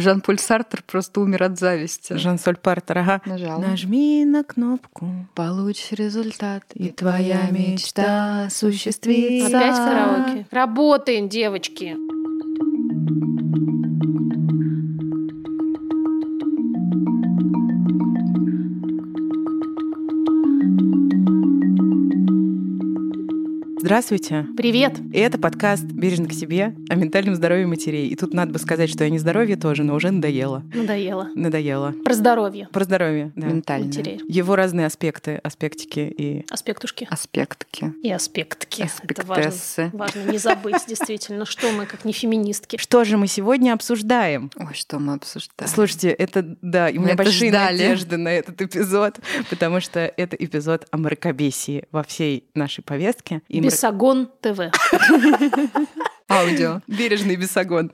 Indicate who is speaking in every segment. Speaker 1: Жан-Поль Сартер просто умер от зависти.
Speaker 2: Жан-Соль Партер, ага.
Speaker 1: Нажал.
Speaker 2: Нажми на кнопку,
Speaker 1: Получишь результат,
Speaker 2: и твоя мечта осуществится.
Speaker 3: Опять караоке. Работаем, девочки.
Speaker 2: Здравствуйте.
Speaker 3: Привет.
Speaker 2: И это подкаст «Бережно к себе» о ментальном здоровье матерей. И тут надо бы сказать, что я не здоровье тоже, но уже надоело.
Speaker 3: Надоело.
Speaker 2: Надоело.
Speaker 3: Про здоровье.
Speaker 2: Про здоровье, да.
Speaker 1: Ментально.
Speaker 3: Матерей.
Speaker 2: Его разные аспекты, аспектики и...
Speaker 3: Аспектушки.
Speaker 1: Аспектки.
Speaker 3: И аспектки. Это важно.
Speaker 1: Аспектессы.
Speaker 3: Важно не забыть, действительно, что мы, как не феминистки.
Speaker 2: Что же мы сегодня обсуждаем?
Speaker 1: Ой, что мы обсуждаем.
Speaker 2: Слушайте, это, да, и у
Speaker 1: Мы
Speaker 2: меня
Speaker 1: это
Speaker 2: большие
Speaker 1: ждали.
Speaker 2: надежды на этот эпизод, потому что это эпизод о мракобесии во всей нашей повестке. И мра-
Speaker 3: Бесогон ТВ.
Speaker 1: Аудио.
Speaker 2: Бережный бесогон.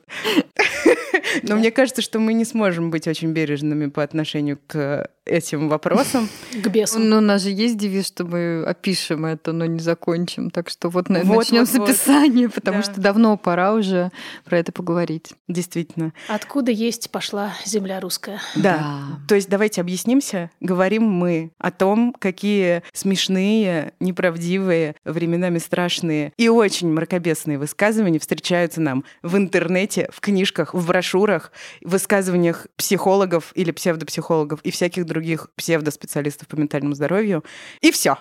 Speaker 2: Но мне кажется, что мы не сможем быть очень бережными по отношению к этим вопросам.
Speaker 3: К бесу.
Speaker 1: Ну, у нас же есть девиз, что мы опишем это, но не закончим. Так что вот,
Speaker 2: Вот,
Speaker 1: начнем
Speaker 2: вот,
Speaker 1: с
Speaker 2: вот.
Speaker 1: описания, потому
Speaker 2: Да.
Speaker 1: что давно пора уже про это поговорить.
Speaker 2: Действительно.
Speaker 3: Откуда есть пошла земля русская?
Speaker 2: Да. То есть давайте объяснимся. Говорим мы о том, какие смешные, неправдивые, временами страшные и очень мракобесные высказывания встречаются нам в интернете, в книжках, в брошюрах, в высказываниях психологов или псевдопсихологов и всяких других псевдоспециалистов по ментальному здоровью. И все.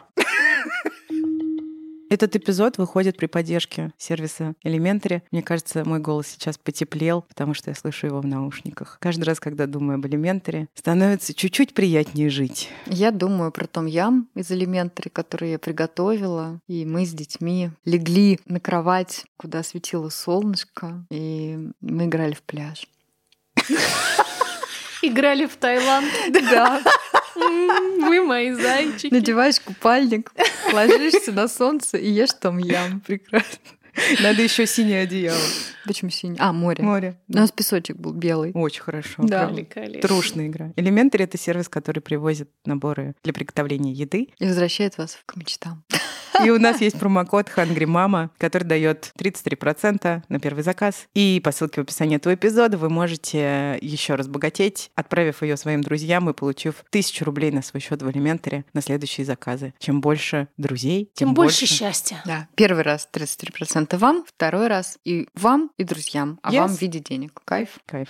Speaker 2: Этот эпизод выходит при поддержке сервиса Elementary. Мне кажется, мой голос сейчас потеплел, потому что я слышу его в наушниках. Каждый раз, когда думаю об Elementary, становится чуть-чуть приятнее жить.
Speaker 1: Я думаю про том ям из элементари, который я приготовила. И мы с детьми легли на кровать, куда светило солнышко, и мы играли в пляж.
Speaker 3: Играли в Таиланд.
Speaker 1: Да,
Speaker 3: М, Вы мои зайчики.
Speaker 1: надеваешь купальник, ложишься на солнце и ешь там ям. Прекрасно.
Speaker 2: Надо еще синее одеяло.
Speaker 1: Почему синий? А, море.
Speaker 2: Море.
Speaker 1: У нас песочек был белый.
Speaker 2: Очень хорошо.
Speaker 1: Да.
Speaker 2: правда.
Speaker 3: Коллекали.
Speaker 2: Трушная игра. Elementary — это сервис, который привозит наборы для приготовления еды.
Speaker 1: И возвращает вас к мечтам.
Speaker 2: И у нас есть промокод Hungry Mama, который дает 33% на первый заказ. И по ссылке в описании этого эпизода вы можете еще разбогатеть, отправив ее своим друзьям и получив тысячу рублей на свой счет в элементаре на следующие заказы. Чем больше друзей, тем,
Speaker 3: Тем больше счастья.
Speaker 1: Да, первый раз 33% вам, второй раз и вам, и друзьям, а
Speaker 2: Yes.
Speaker 1: вам в виде денег. Кайф.
Speaker 2: Кайф.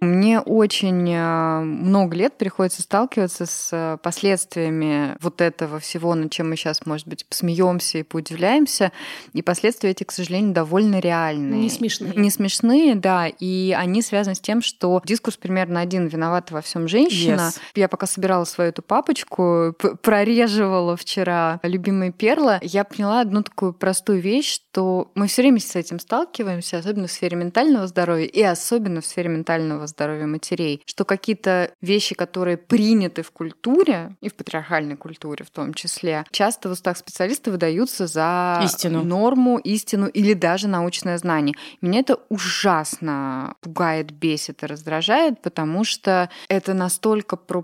Speaker 1: Мне очень э, много лет приходится сталкиваться с э, последствиями вот этого всего, над чем мы сейчас, может быть, посмеемся и поудивляемся. И последствия эти, к сожалению, довольно реальные.
Speaker 3: Не смешные.
Speaker 1: Не смешные, да. И они связаны с тем, что дискурс примерно один виновата во всем женщина.
Speaker 2: Yes.
Speaker 1: Я пока собирала свою эту папочку, п- прореживала вчера любимые перлы, я поняла одну такую простую вещь, что мы все время с этим сталкиваемся, особенно в сфере ментального здоровья и особенно в сфере ментального здоровья матерей, что какие-то вещи, которые приняты в культуре и в патриархальной культуре в том числе, часто в устах специалистов выдаются за
Speaker 2: Истину.
Speaker 1: норму, истину или даже научное знание. Меня это ужасно пугает, бесит и раздражает, потому что это настолько про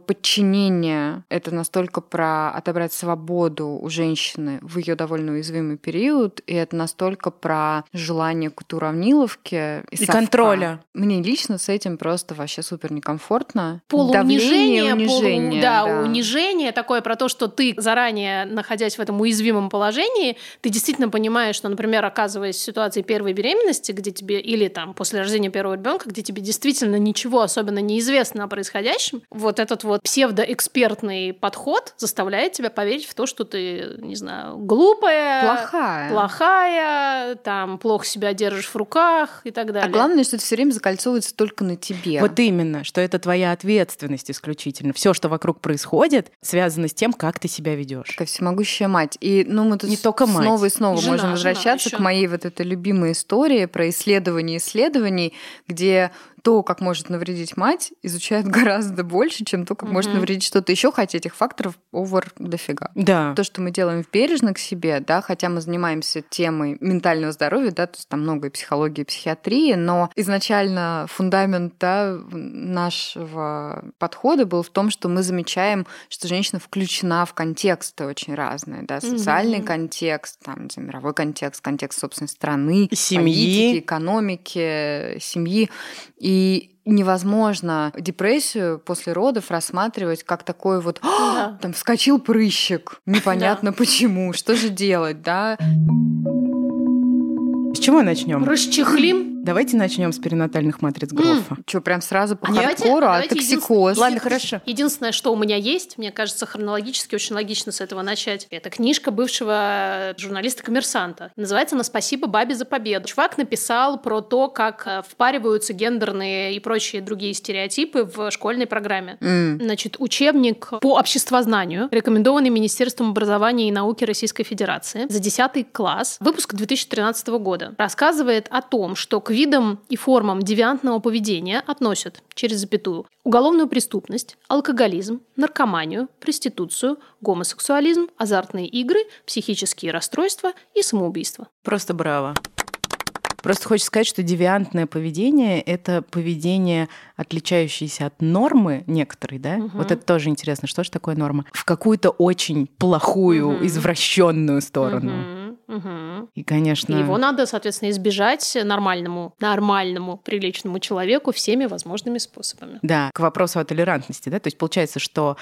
Speaker 1: подчинение, это настолько про отобрать свободу у женщины в ее довольно уязвимый период, и это настолько про желание к уравниловке
Speaker 2: И
Speaker 1: совка.
Speaker 2: контроля.
Speaker 1: Мне лично с этим просто вообще супер некомфортно.
Speaker 3: полуунижение,
Speaker 1: Давление,
Speaker 3: полу-
Speaker 1: унижение,
Speaker 3: да, унижение такое про то, что ты заранее, находясь в этом уязвимом положении, ты действительно понимаешь, что, например, оказываясь в ситуации первой беременности, где тебе или там после рождения первого ребенка, где тебе действительно ничего особенно неизвестно о происходящем, вот этот вот псевдоэкспертный подход заставляет тебя поверить в то, что ты, не знаю, глупая,
Speaker 1: Плохая. А
Speaker 3: плохая, там плохо себя держишь в руках и так далее.
Speaker 1: А главное, что это все время закольцовывается только на тебе.
Speaker 2: Вот именно, что это твоя ответственность исключительно. Все, что вокруг происходит, связано с тем, как ты себя ведешь.
Speaker 1: Такая всемогущая мать. И ну, мы тут
Speaker 2: Не
Speaker 1: с-
Speaker 2: только мать.
Speaker 1: снова и снова
Speaker 3: И жена,
Speaker 1: можем
Speaker 3: жена
Speaker 1: возвращаться
Speaker 3: ещё.
Speaker 1: к моей вот этой любимой истории про исследование исследований, где то, как может навредить мать, изучают гораздо больше, чем то, как может
Speaker 3: Мгм.
Speaker 1: навредить что-то еще, хотя этих факторов овер дофига.
Speaker 2: Да.
Speaker 1: То, что мы делаем в бережно к себе, да, хотя мы занимаемся темой ментального здоровья, да, то есть там много и психологии, и психиатрии, но изначально фундамент да, нашего подхода был в том, что мы замечаем, что женщина включена в контексты очень разные, да, социальный
Speaker 3: Мгм.
Speaker 1: контекст, там, не знаю, мировой контекст, контекст собственной страны,
Speaker 2: Семьи.
Speaker 1: политики, экономики, семьи. И И невозможно депрессию после родов рассматривать как такой вот «А,
Speaker 3: Да.
Speaker 1: там вскочил прыщик, непонятно почему, что же делать, да?
Speaker 2: С чего начнем?
Speaker 3: Расчехлим.
Speaker 2: Давайте начнем с перинатальных матриц Грофа.
Speaker 1: Что, прям сразу по
Speaker 3: А давайте-
Speaker 1: хардкору, а
Speaker 3: давайте
Speaker 1: токсикоз?
Speaker 3: единственное-
Speaker 2: Ладно, хорошо.
Speaker 3: Единственное, что у меня есть, мне кажется, хронологически очень логично с этого начать. Это книжка бывшего э, журналиста-коммерсанта. Называется она «Спасибо бабе за победу». Чувак написал про то, как э, впариваются гендерные и прочие другие стереотипы в школьной программе.
Speaker 1: М,
Speaker 3: Значит, учебник по обществознанию, рекомендованный Министерством образования и науки Российской Федерации за 10 класс, выпуск 2013 года, рассказывает о том, что к видам и формам девиантного поведения относят, через запятую, уголовную преступность, алкоголизм, наркоманию, проституцию, гомосексуализм, азартные игры, психические расстройства и самоубийство.
Speaker 2: Просто браво. Просто хочется сказать, что девиантное поведение — это поведение, отличающееся от нормы некоторой, да?
Speaker 3: Мгм.
Speaker 2: Вот это тоже интересно, что же такое норма? В какую-то очень плохую,
Speaker 3: Мгм.
Speaker 2: извращенную сторону.
Speaker 3: Мгм, мгм.
Speaker 2: И, конечно,
Speaker 3: И его надо, соответственно, избежать нормальному, нормальному, приличному человеку всеми возможными способами.
Speaker 2: Да, к вопросу о толерантности, да, то есть получается, что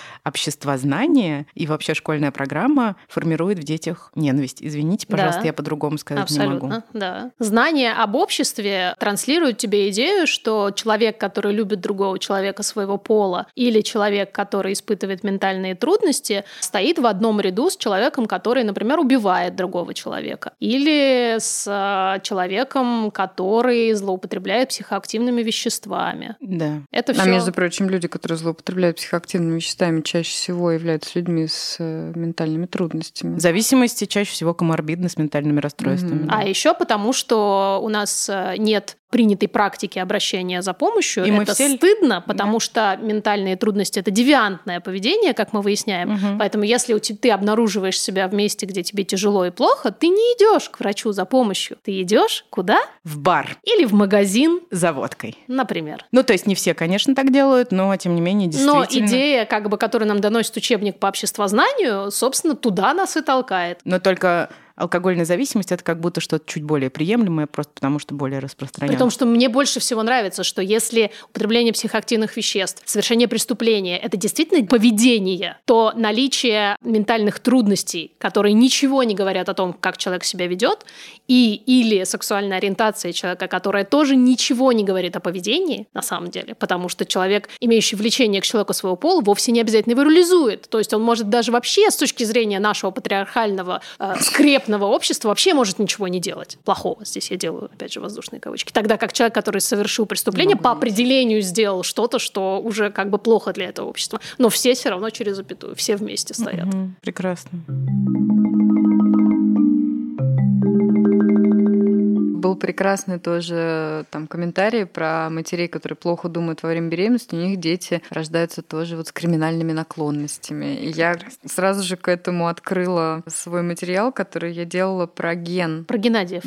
Speaker 2: обществознание и вообще школьная программа формирует в детях ненависть. Извините, пожалуйста,
Speaker 3: Да.
Speaker 2: я по-другому сказать не могу.
Speaker 3: Абсолютно, да. Знание об обществе транслирует тебе идею, что человек, который любит другого человека своего пола, или человек, который испытывает ментальные трудности, стоит в одном ряду с человеком, который, например, убивает другого человека, или с э, человеком, который злоупотребляет психоактивными веществами.
Speaker 2: Да.
Speaker 3: Это все.
Speaker 1: А между прочим, люди, которые злоупотребляют психоактивными веществами, чаще всего являются людьми с э, ментальными трудностями.
Speaker 2: Зависимости чаще всего коморбидны с ментальными расстройствами.
Speaker 1: Мгм.
Speaker 2: да.
Speaker 3: А еще потому, что у нас э, нет принятой практики обращения за помощью.
Speaker 2: И
Speaker 3: это
Speaker 2: мы все-
Speaker 3: стыдно, потому что ментальные трудности это девиантное поведение, как мы выясняем.
Speaker 2: Мгм.
Speaker 3: Поэтому, если у те- ты обнаруживаешь себя в месте, где тебе тяжело и плохо, ты не идешь к врачу за помощью. Ты идешь куда?
Speaker 2: В бар
Speaker 3: Или в магазин,
Speaker 2: за водкой.
Speaker 3: например.
Speaker 2: Ну, то есть не все, конечно, так делают, но тем не менее
Speaker 3: Но
Speaker 2: действительно.
Speaker 3: идея, как бы, которую нам доносит учебник по обществознанию, собственно, туда нас и толкает.
Speaker 2: Но только алкогольная зависимость это как будто что-то чуть более приемлемое, просто потому что более
Speaker 3: При
Speaker 2: распространенное.
Speaker 3: том, что мне больше всего нравится, что если употребление психоактивных веществ, совершение преступления — это действительно поведение, то наличие ментальных трудностей, которые ничего не говорят о том, как человек себя ведет, и или сексуальная ориентация человека, которая тоже ничего не говорит о поведении, на самом деле, потому что человек, имеющий влечение к человеку своего пола, вовсе не обязательно его реализует. То есть он может даже вообще с точки зрения нашего патриархального э, скрепного общества вообще может ничего не делать плохого. Здесь я делаю, опять же, воздушные кавычки. Тогда как человек, который совершил преступление, по определению сделал что-то, что уже как бы плохо для этого общества. Но все все равно через запятую, все вместе стоят.
Speaker 2: Мгм. Прекрасно.
Speaker 1: Был прекрасный тоже там комментарий про матерей, которые плохо думают во время беременности. У них дети рождаются тоже вот с криминальными наклонностями. И я сразу же к этому открыла свой материал, который я делала про ген
Speaker 3: Про Геннадиев.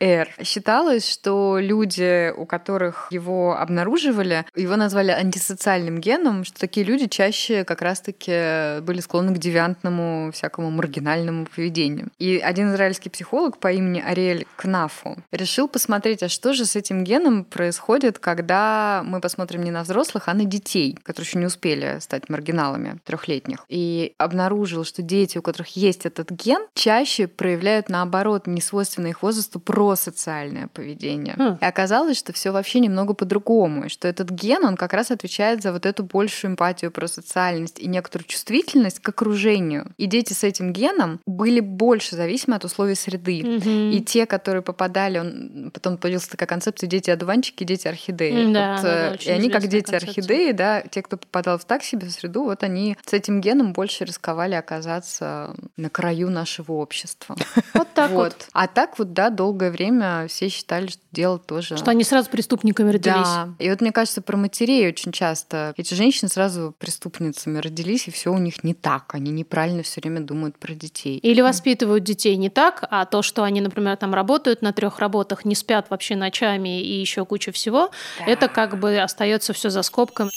Speaker 1: DRD47R. Считалось, что люди, у которых его обнаруживали, его назвали антисоциальным геном, что такие люди чаще как раз-таки были склонны к девиантному всякому маргинальному поведению. И один израильский психолог по имени Ариэль Кнафу решил посмотреть, а что же с этим геном происходит, когда мы посмотрим не на взрослых, а на детей, которые еще не успели стать маргиналами трехлетних. И обнаружил, что дети, у которых есть этот ген, чаще проявляют, наоборот, несвойственное их возрасту просоциальное поведение.
Speaker 3: Хм.
Speaker 1: И оказалось, что все вообще немного по-другому, и что этот ген, он как раз отвечает за вот эту большую эмпатию про социальность и некоторую чувствительность к окружению. И дети с этим геном были больше зависимы от условий среды.
Speaker 3: Мгм.
Speaker 1: И те, которые попадали, он, потом появилась такая концепция дети-одуванчики, дети-орхидеи.
Speaker 3: М, да,
Speaker 1: Вот,
Speaker 3: да,
Speaker 1: э,
Speaker 3: да, очень
Speaker 1: и они как
Speaker 3: известная
Speaker 1: дети-орхидеи, да, те, кто попадал в так себе среду, вот они с этим геном больше рисковали оказаться на краю нашего общества.
Speaker 3: Вот так вот.
Speaker 1: А так вот, да, долгое время все считали, что дело тоже...
Speaker 3: Что они сразу преступниками родились.
Speaker 1: Да. И вот мне кажется, про матерей очень часто эти женщины сразу преступницами родились, и все у них не так. Они неправильно все время думают про детей.
Speaker 3: Или воспитывают детей не так, а то, что они, например, там работают на трех работах, не спят вообще ночами и еще куча всего, это как бы остается все за скобками.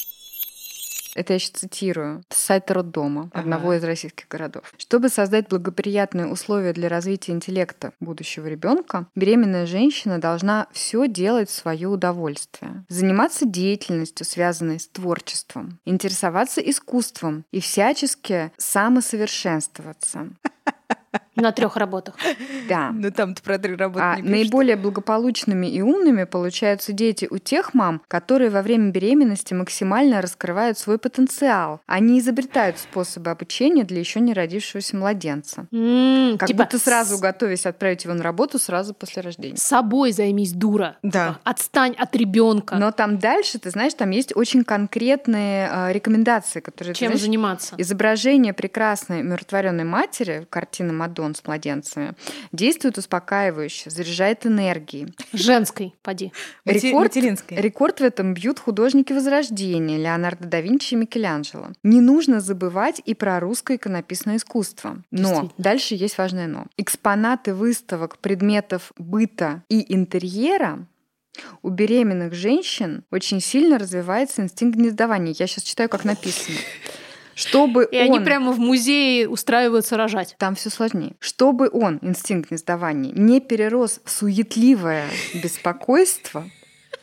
Speaker 1: это я сейчас цитирую, с сайта роддома одного из российских городов. Чтобы создать благоприятные условия для развития интеллекта будущего ребенка, беременная женщина должна все делать в свое удовольствие. Заниматься деятельностью, связанной с творчеством, интересоваться искусством и всячески самосовершенствоваться.
Speaker 3: На трех работах.
Speaker 1: Да.
Speaker 2: Ну там-то про три работы
Speaker 1: А
Speaker 2: не пишут.
Speaker 1: наиболее благополучными и умными получаются дети у тех мам, которые во время беременности максимально раскрывают свой потенциал. Они изобретают способы обучения для еще не родившегося младенца.
Speaker 3: М,
Speaker 1: Как
Speaker 3: типа,
Speaker 1: будто сразу,
Speaker 3: «С
Speaker 1: готовясь отправить его на работу сразу после рождения.
Speaker 3: собой займись, дура. Типа,
Speaker 2: Да.
Speaker 3: Отстань от ребенка.
Speaker 1: Но там дальше, ты знаешь, там есть очень конкретные э, рекомендации, которые ты
Speaker 3: Чем
Speaker 1: знаешь,
Speaker 3: заниматься?
Speaker 1: Изображение прекрасной умиротворенной матери, картина Мадон с младенцами, действует успокаивающе, заряжает энергией.
Speaker 3: Женской, поди.
Speaker 2: Мати-
Speaker 1: Рекорд,
Speaker 2: материнской.
Speaker 1: рекорд в этом бьют художники Возрождения Леонардо да Винчи и Микеланджело. Не нужно забывать и про русское иконописное искусство. Но
Speaker 3: Действительно.
Speaker 1: дальше есть важное но. Экспонаты выставок предметов быта и интерьера у беременных женщин очень сильно развивается инстинкт гнездования. Я сейчас читаю, как написано. Чтобы
Speaker 3: И
Speaker 1: он...
Speaker 3: они прямо в музее устраиваются рожать.
Speaker 1: Там все сложнее. Чтобы он, инстинкт несдавания, не перерос в суетливое беспокойство,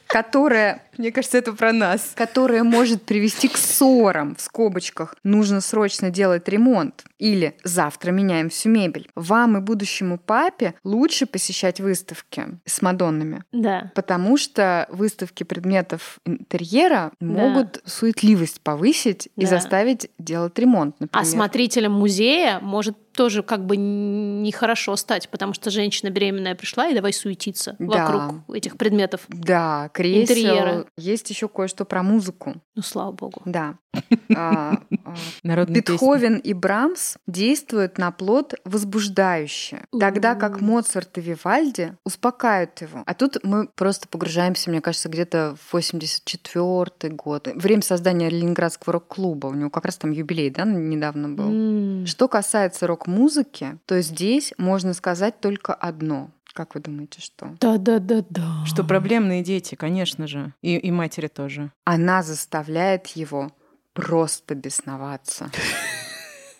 Speaker 1: которое,
Speaker 2: Мне кажется, это про нас.
Speaker 1: которое может привести к ссорам в скобочках. Нужно срочно делать ремонт. Или завтра меняем всю мебель. Вам и будущему папе лучше посещать выставки с Мадоннами.
Speaker 3: Да.
Speaker 1: Потому что выставки предметов интерьера могут суетливость повысить и
Speaker 3: Да.
Speaker 1: заставить делать ремонт, например.
Speaker 3: А смотрителем музея может тоже как бы нехорошо стать, потому что женщина беременная пришла и давай суетиться
Speaker 1: Да.
Speaker 3: вокруг этих предметов.
Speaker 1: Да, кресел.
Speaker 3: Интерьеры.
Speaker 1: Есть еще кое-что про музыку.
Speaker 3: Ну, слава богу.
Speaker 1: Да. А, а,
Speaker 2: Народный
Speaker 1: Бетховен и Брамс действуют на плод возбуждающе, тогда как
Speaker 3: У.
Speaker 1: Моцарт и Вивальди успокаивают его. А тут мы просто погружаемся, мне кажется, где-то в 84 год. Время создания Ленинградского рок-клуба. У него как раз там юбилей, да, недавно был.
Speaker 3: М.
Speaker 1: Что касается рок-музыки, то здесь можно сказать только одно. Как вы думаете, что?
Speaker 3: Да-да-да-да.
Speaker 2: Что проблемные дети, конечно же. И, и матери тоже.
Speaker 1: она заставляет его просто бесноваться.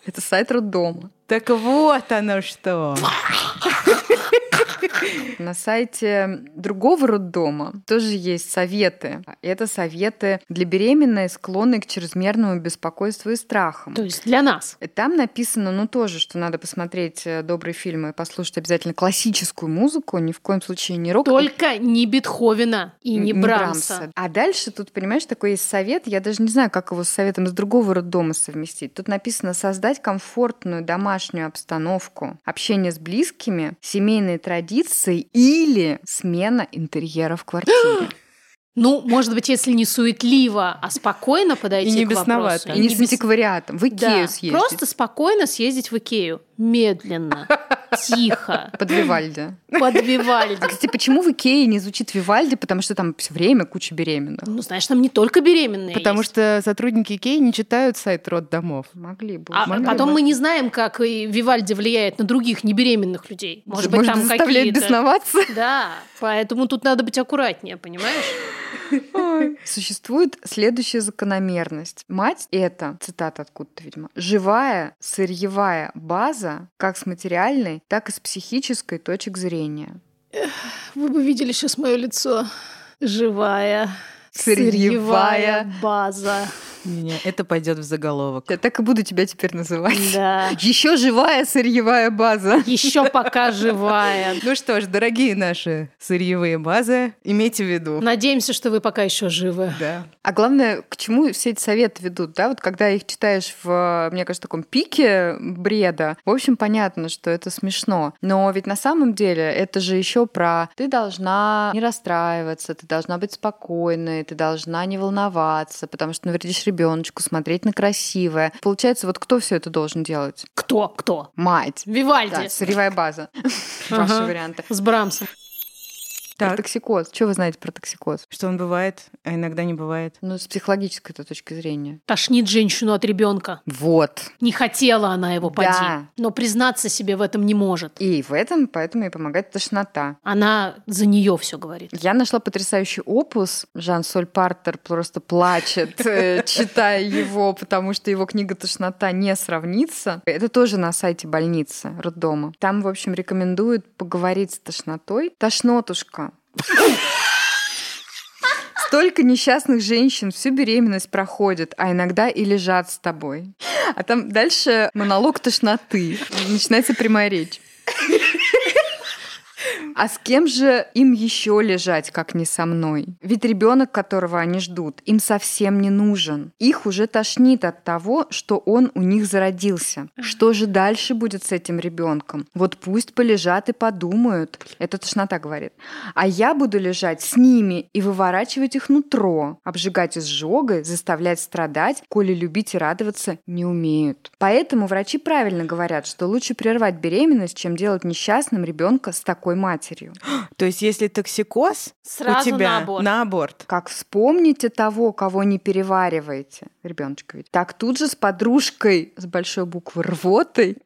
Speaker 1: Это сайт роддома.
Speaker 2: Так вот оно что.
Speaker 1: На сайте другого роддома тоже есть советы. Это советы для беременной, склонной к чрезмерному беспокойству и страхам.
Speaker 3: То есть для нас.
Speaker 1: И Там написано, ну тоже, что надо посмотреть э, добрые фильмы и послушать обязательно классическую музыку, ни в коем случае не рок.
Speaker 3: Только не Бетховена и не, Брамса.
Speaker 1: А дальше тут, понимаешь, такой есть совет. Я даже не знаю, как его с советом из другого роддома совместить. Тут написано создать комфортную домашнюю обстановку, общение с близкими, семейные традиции или смена интерьера в квартире.
Speaker 3: Ну, может быть, если не суетливо, а спокойно подойти
Speaker 2: И не
Speaker 3: к вопросу.
Speaker 2: бесновато.
Speaker 1: И не с
Speaker 3: бес-
Speaker 1: антиквариатом. В
Speaker 3: Да,
Speaker 1: Икею съездить.
Speaker 3: Просто спокойно съездить в Икею. Медленно, тихо,
Speaker 1: Под Вивальди.
Speaker 3: под Вивальди.
Speaker 1: А, кстати, почему в Икее не звучит Вивальди? Потому что там все время куча беременных.
Speaker 3: Ну, знаешь, там не только беременные
Speaker 2: Потому
Speaker 3: есть.
Speaker 2: что сотрудники Икеи не читают сайт роддомов.
Speaker 1: Могли бы.
Speaker 3: А
Speaker 1: могли
Speaker 3: потом
Speaker 1: бы.
Speaker 3: мы не знаем, как и Вивальди влияет на других небеременных людей. Может быть,
Speaker 1: Можно
Speaker 3: там
Speaker 1: заставлять
Speaker 3: какие-то...
Speaker 1: бесноваться.
Speaker 3: Да, поэтому тут надо быть аккуратнее, понимаешь?
Speaker 1: Существует следующая закономерность. Мать — это, цитата откуда-то, видимо, живая сырьевая база как с материальной, так и с психической точек зрения.
Speaker 3: Вы бы видели сейчас мое лицо. Живая.
Speaker 1: Сырьевая. сырьевая
Speaker 3: база.
Speaker 2: Меня это пойдет в заголовок.
Speaker 1: Я так и буду тебя теперь называть.
Speaker 3: Да.
Speaker 1: Еще живая сырьевая база.
Speaker 3: Еще пока живая.
Speaker 2: Ну что ж, дорогие наши сырьевые базы, имейте в виду.
Speaker 3: Надеемся, что вы пока еще живы.
Speaker 2: Да.
Speaker 1: А главное, к чему все эти советы ведут, да? Вот когда их читаешь в, мне кажется, таком пике бреда, в общем, понятно, что это смешно. Но ведь на самом деле это же еще про ты должна не расстраиваться, ты должна быть спокойной, ты должна не волноваться, потому что навредишь ребеночку, смотреть на красивое. Получается, вот кто все это должен делать?
Speaker 3: Кто? Кто?
Speaker 1: Мать.
Speaker 3: Вивальди.
Speaker 1: Да, сырьевая база.
Speaker 3: Ага.
Speaker 1: Ваши варианты.
Speaker 3: С Брамсом.
Speaker 1: Про
Speaker 2: Так.
Speaker 1: токсикоз. Что вы знаете про токсикоз?
Speaker 2: Что он бывает, а иногда не бывает.
Speaker 1: Ну, с психологической -то точки зрения.
Speaker 3: Тошнит женщину от ребенка.
Speaker 1: Вот.
Speaker 3: Не хотела она его поди,
Speaker 1: Да.
Speaker 3: но признаться себе в этом не может.
Speaker 1: И в этом поэтому и помогает тошнота.
Speaker 3: Она за нее все говорит.
Speaker 1: Я нашла потрясающий опус. Жан Соль Партер просто плачет, э, читая его, потому что его книга «Тошнота» не сравнится. Это тоже на сайте больницы, роддома. Там, в общем, рекомендуют поговорить с тошнотой. Тошнотушка, Столько несчастных женщин всю беременность проходят, а иногда и лежат с тобой. А там дальше монолог тошноты. Начинается прямая речь. А с кем же им еще лежать, как не со мной? Ведь ребенок, которого они ждут, им совсем не нужен. Их уже тошнит от того, что он у них зародился. Что же дальше будет с этим ребенком? Вот пусть полежат и подумают. Это тошнота говорит. А я буду лежать с ними и выворачивать их нутро, обжигать изжогой, заставлять страдать, коли любить и радоваться не умеют. Поэтому врачи правильно говорят, что лучше прервать беременность, чем делать несчастным ребенка с такой матерью.
Speaker 2: То есть, если токсикоз,
Speaker 3: Сразу
Speaker 2: у тебя
Speaker 3: на аборт.
Speaker 2: на аборт.
Speaker 1: Как вспомните того, кого не перевариваете, ребеночка ведь, так тут же с подружкой с большой буквы рвотой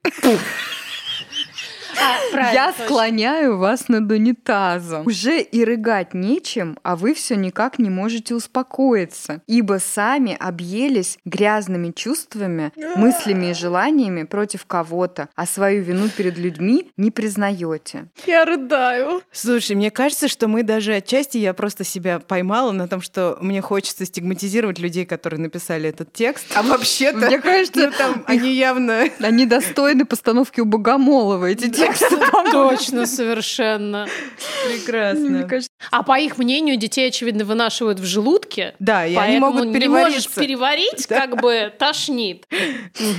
Speaker 3: А, правильно,
Speaker 1: я
Speaker 3: точно.
Speaker 1: склоняю вас над унитазом. Уже и рыгать нечем, а вы все никак не можете успокоиться, ибо сами объелись грязными чувствами, мыслями и желаниями против кого-то, а свою вину перед людьми не признаете.
Speaker 3: Я рыдаю.
Speaker 2: Слушай, мне кажется, что мы даже отчасти, я просто себя поймала на том, что мне хочется стигматизировать людей, которые написали этот текст. А вообще-то,
Speaker 1: Мне кажется,
Speaker 2: ну, там они явно...
Speaker 1: Они достойны постановки у Богомолова, эти тексты.
Speaker 3: Точно, совершенно.
Speaker 1: Мне
Speaker 2: Прекрасно.
Speaker 1: кажется,
Speaker 3: А по их мнению, детей, очевидно, вынашивают в желудке.
Speaker 2: Да, и они
Speaker 3: поэтому
Speaker 2: могут
Speaker 3: не можешь
Speaker 2: перевариться.
Speaker 3: переварить, как бы тошнит.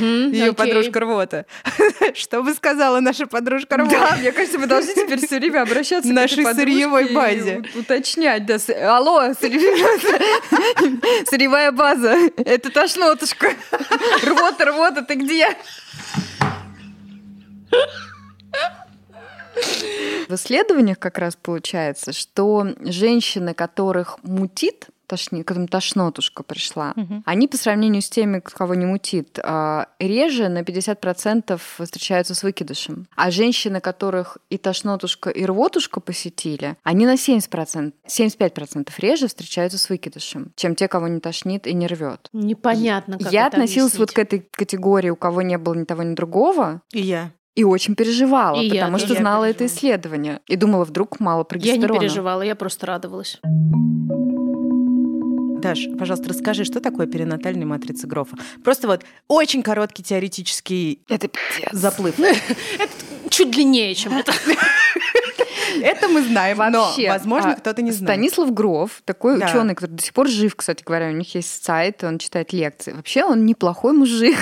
Speaker 2: Ее подружка рвота. Что бы сказала наша подружка рвота?
Speaker 1: Да, мне кажется, вы должны теперь все время обращаться к
Speaker 2: Нашей
Speaker 1: этой подружке
Speaker 2: сырьевой
Speaker 1: и
Speaker 2: базе.
Speaker 1: у- уточнять, да, с- алло, сырьевая- сырьевая база, это тошнотушка, рвота, рвота, ты где? В исследованиях как раз получается, что женщины, которых мутит, тошни, к которым тошнотушка пришла, они по сравнению с теми, кого не мутит, а, реже на 50% встречаются с выкидышем. А женщины, которых и тошнотушка, и рвотушка посетили, они на 70%, 75% реже встречаются с выкидышем, чем те, кого не тошнит и не рвет.
Speaker 3: Непонятно, Ну как
Speaker 1: Я
Speaker 3: это
Speaker 1: относилась вот
Speaker 3: объяснить.
Speaker 1: к этой категории, у кого не было ни того, ни другого,
Speaker 2: И я.
Speaker 1: и очень переживала,
Speaker 3: И я
Speaker 1: потому
Speaker 3: тоже.
Speaker 1: что
Speaker 2: Я
Speaker 1: знала это
Speaker 2: переживала.
Speaker 1: исследование. И думала, вдруг мало
Speaker 3: Я не
Speaker 1: прогестерона.
Speaker 3: переживала, я просто радовалась.
Speaker 2: Даш, пожалуйста, расскажи, что такое перинатальная матрица Грофа? Просто вот очень короткий теоретический
Speaker 1: Это пиздец.
Speaker 2: заплыв.
Speaker 1: Ну,
Speaker 3: Чуть длиннее, чем это.
Speaker 2: Это мы знаем, но,
Speaker 1: Вообще,
Speaker 2: возможно,
Speaker 1: а,
Speaker 2: кто-то не знает.
Speaker 1: Станислав Гров, такой
Speaker 2: Да.
Speaker 1: ученый, который до сих пор жив, кстати говоря, у них есть сайт, и он читает лекции. Вообще он неплохой мужик.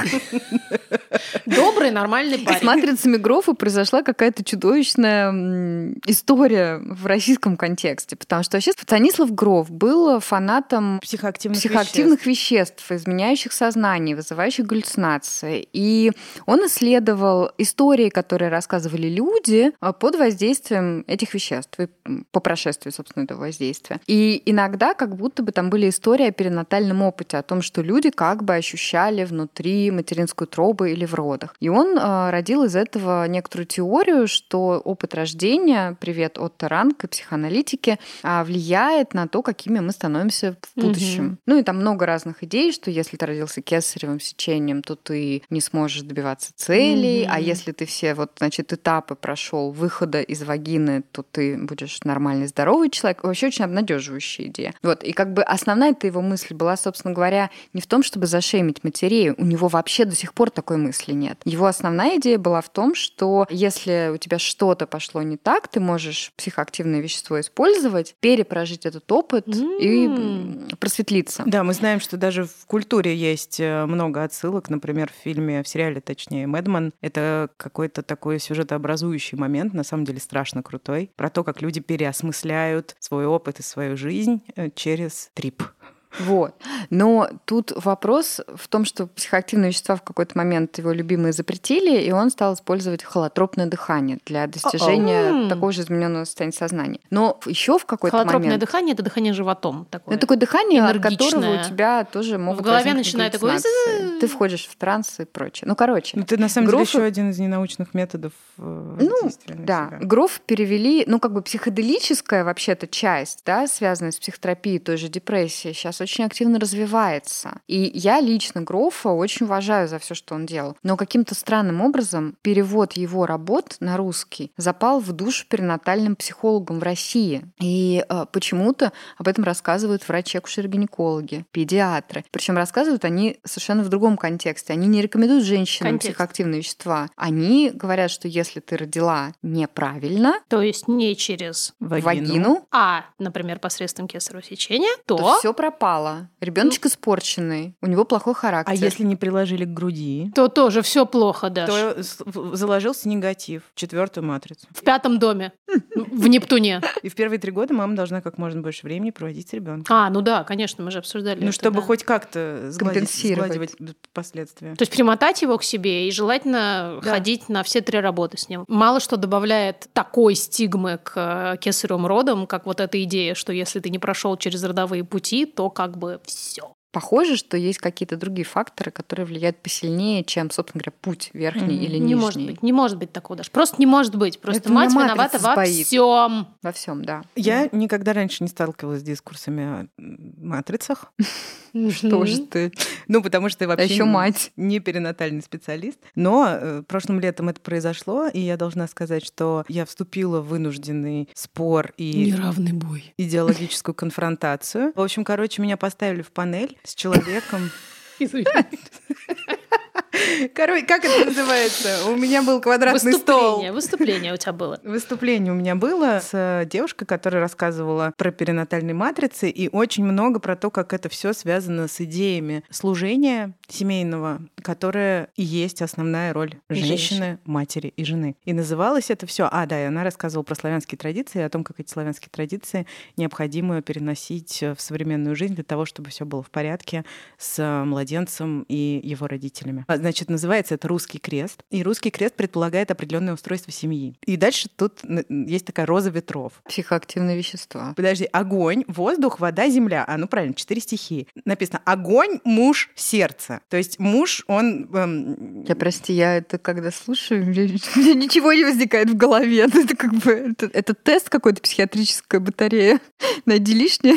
Speaker 3: Добрый, нормальный
Speaker 1: С
Speaker 3: парень.
Speaker 1: матрицами Грофа произошла какая-то чудовищная м, история в российском контексте, потому что вообще Станислав Гров был фанатом
Speaker 2: Психоактивных веществ.
Speaker 1: психоактивных веществ, изменяющих сознание, вызывающих галлюцинации. И он исследовал истории, которые рассказывали люди а, под воздействием этих веществ, и, м, по прошествию, собственно, этого воздействия. И иногда как будто бы там были истории о перинатальном опыте, о том, что люди как бы ощущали внутри материнскую тробу или в родах. И он а, родил из этого некоторую теорию, что опыт рождения, привет от Таранг и психоаналитики, а, влияет на то, какими мы становимся в
Speaker 3: Мгм.
Speaker 1: будущем. Ну и там много разных идей, что если ты родился кесаревым сечением, то ты не сможешь добиваться целей,
Speaker 2: Мгм.
Speaker 1: а если ты все вот, значит, этапы прошел выхода из вагины, то ты будешь нормальный, здоровый человек. Вообще очень обнадеживающая идея. Вот, и как бы основная то его мысль была, собственно говоря, не в том, чтобы зашеймить матерей, у него вообще до сих пор такой мысли нет. Его основная идея была в том, что если у тебя что-то пошло не так, ты можешь психоактивное вещество использовать, перепрожить этот опыт и
Speaker 3: М.
Speaker 1: м, просветлиться.
Speaker 2: Да, мы знаем, что даже в культуре есть э, много отсылок. Например, в фильме, в сериале, точнее, «Мэдман». Это какой-то такой сюжетообразующий момент, на самом деле страшно крутой, про то, как люди переосмысляют свой опыт и свою жизнь э, через трип.
Speaker 1: Вот. Но тут вопрос в том, что психоактивные вещества в какой-то момент его любимые запретили, и он стал использовать холотропное дыхание для достижения
Speaker 3: О-о.
Speaker 1: такого же измененного состояния сознания. Но еще в какой-то
Speaker 3: Холотропное
Speaker 1: момент...
Speaker 3: дыхание это дыхание животом. Такое.
Speaker 1: Ну, такое дыхание, от
Speaker 3: энергичное.
Speaker 1: которого у тебя тоже могут
Speaker 3: голове
Speaker 1: возникнуть
Speaker 3: начинает такое
Speaker 1: галлюцинации.
Speaker 3: «Зы-зы-зы».
Speaker 1: Ты входишь в транс и прочее. Ну, короче.
Speaker 2: Ну, ты на самом
Speaker 1: Гроф-
Speaker 2: деле еще один из ненаучных методов э,
Speaker 1: Ну,
Speaker 2: воздействия на
Speaker 1: Да,
Speaker 2: себя.
Speaker 1: Гроф перевели, ну, как бы психоделическая вообще-то часть, да, связанная с психотерапией, той же депрессией, сейчас очень активно развивается. И я лично Грофа очень уважаю за все, что он делал. Но каким-то странным образом перевод его работ на русский запал в душу перинатальным психологам в России. И э, почему-то об этом рассказывают врачи-акушер-гинекологи, педиатры. Причем рассказывают они совершенно в другом контексте. Они не рекомендуют женщинам
Speaker 3: Контекст.
Speaker 1: психоактивные вещества. Они говорят, что если ты родила неправильно
Speaker 3: То есть не через
Speaker 1: вагину,
Speaker 3: А, например, посредством кесарево сечения, то,
Speaker 1: то, все пропало. Ребеночек испорченный, у него плохой характер.
Speaker 2: А если не приложили к груди,
Speaker 3: то тоже все плохо, да.
Speaker 2: то с- в- заложился негатив в четвертую матрицу.
Speaker 3: В пятом доме, в Нептуне.
Speaker 2: И в первые три года мама должна как можно больше времени проводить с ребенком.
Speaker 3: А, ну да, конечно, мы же обсуждали.
Speaker 2: Ну,
Speaker 3: это,
Speaker 2: чтобы
Speaker 3: да.
Speaker 2: хоть как-то сгладить,
Speaker 1: Компенсировать.
Speaker 2: сгладивать последствия.
Speaker 3: То есть примотать его к себе и желательно
Speaker 2: Да.
Speaker 3: ходить на все три работы с ним. Мало что добавляет такой стигмы к э, кесаревым родам, как вот эта идея, что если ты не прошел через родовые пути, то как бы все.
Speaker 1: Похоже, что есть какие-то другие факторы, которые влияют посильнее, чем, собственно говоря, путь верхний
Speaker 2: Мгм.
Speaker 1: или
Speaker 3: Не
Speaker 1: нижний.
Speaker 3: может быть, не может быть такого даже. Просто не может быть. Просто
Speaker 1: Это меня
Speaker 3: мать виновата
Speaker 1: матрица
Speaker 3: во
Speaker 1: сбоит.
Speaker 3: всем.
Speaker 1: Во всем, да. А
Speaker 2: Я никогда раньше не сталкивалась с дискурсами о м, матрицах.
Speaker 1: Что же ты?
Speaker 2: Ну, потому что я
Speaker 1: А
Speaker 2: вообще
Speaker 1: еще
Speaker 2: не-
Speaker 1: мать.
Speaker 2: не перинатальный специалист. Но э, прошлым летом это произошло, и я должна сказать, что я вступила в вынужденный спор и
Speaker 3: Неравный бой.
Speaker 2: идеологическую конфронтацию. В общем, короче, меня поставили в панель с человеком. Короче, как это называется? У меня был квадратный стол.
Speaker 3: Выступление, выступление у тебя было.
Speaker 2: Выступление у меня было с э, девушкой, которая рассказывала про перинатальные матрицы и очень много про то, как это все связано с идеями служения семейного, которое и есть основная роль
Speaker 3: Женщины.
Speaker 2: женщины, матери и жены. И называлось это все. А, да, и она рассказывала про славянские традиции, о том, как эти славянские традиции необходимо переносить э, в современную жизнь для того, чтобы все было в порядке с э, младенцем и его родителями. А, Значит, называется это «Русский крест». И «Русский крест» предполагает определенное устройство семьи. И дальше тут н- есть такая роза ветров.
Speaker 1: Психоактивные вещества.
Speaker 2: Подожди, огонь, воздух, вода, земля. А, ну правильно, четыре стихии. Написано «Огонь, муж, сердце». То есть муж, он... эм,
Speaker 1: Я, прости, я это когда слушаю, мне, мне ничего не возникает в голове. Ну, Это как бы это, это тест какой-то психиатрическая батарея. Найди лишнее.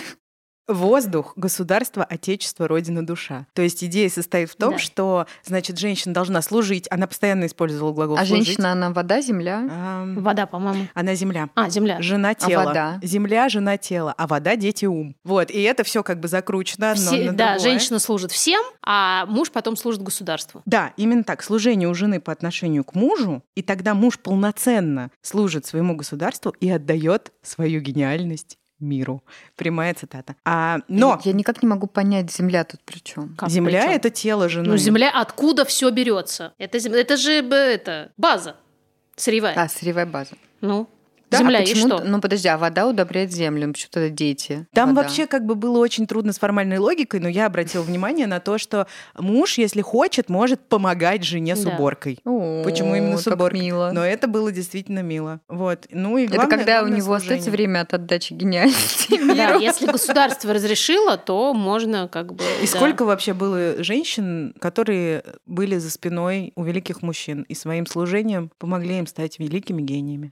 Speaker 2: Воздух, государство, отечество, родина, душа. То есть идея состоит в том,
Speaker 3: Да.
Speaker 2: что, значит, женщина должна служить. Она постоянно использовала глагол
Speaker 1: А
Speaker 2: «служить».
Speaker 1: женщина, она вода, земля.
Speaker 2: Эм,
Speaker 3: Вода, по-моему.
Speaker 2: Она земля.
Speaker 3: А, земля.
Speaker 2: Жена тело.
Speaker 1: вода?
Speaker 2: Земля, жена тело, а вода дети ум. Вот, и это все как бы закручено одно
Speaker 3: Все-
Speaker 2: на
Speaker 3: да,
Speaker 2: другое.
Speaker 3: женщина служит всем, а муж потом служит государству.
Speaker 2: Да, именно так. Служение у жены по отношению к мужу, и тогда муж полноценно служит своему государству и отдает свою гениальность миру. Прямая цитата. А, но
Speaker 1: Я никак не могу понять, земля тут при чем.
Speaker 3: Как
Speaker 2: земля
Speaker 3: причём?
Speaker 2: это тело жены.
Speaker 3: Ну, земля откуда все берется? Это, зем- это же б- это, база сырьевая.
Speaker 1: А, сырьевая база.
Speaker 3: Ну,
Speaker 1: Да, а
Speaker 3: земля и
Speaker 1: почему-
Speaker 3: что?
Speaker 1: Ну, подожди, а вода удобряет землю. Почему тогда дети?
Speaker 2: Там
Speaker 1: Вода.
Speaker 2: вообще как бы было очень трудно с формальной логикой, но я обратила внимание на то, что муж, если хочет, может помогать жене с
Speaker 3: Да.
Speaker 2: уборкой.
Speaker 1: О,
Speaker 2: Почему именно с
Speaker 1: как
Speaker 2: уборкой?
Speaker 1: мило.
Speaker 2: Но это было действительно мило. Вот. Ну и
Speaker 1: это
Speaker 2: главное-
Speaker 1: когда у
Speaker 2: главное
Speaker 1: него остается
Speaker 2: служение.
Speaker 1: время от отдачи гениальности
Speaker 3: Да,
Speaker 1: миру.
Speaker 3: если государство разрешило, то можно как бы...
Speaker 2: И сколько вообще было женщин, которые были за спиной у великих мужчин и своим служением помогли им стать великими гениями?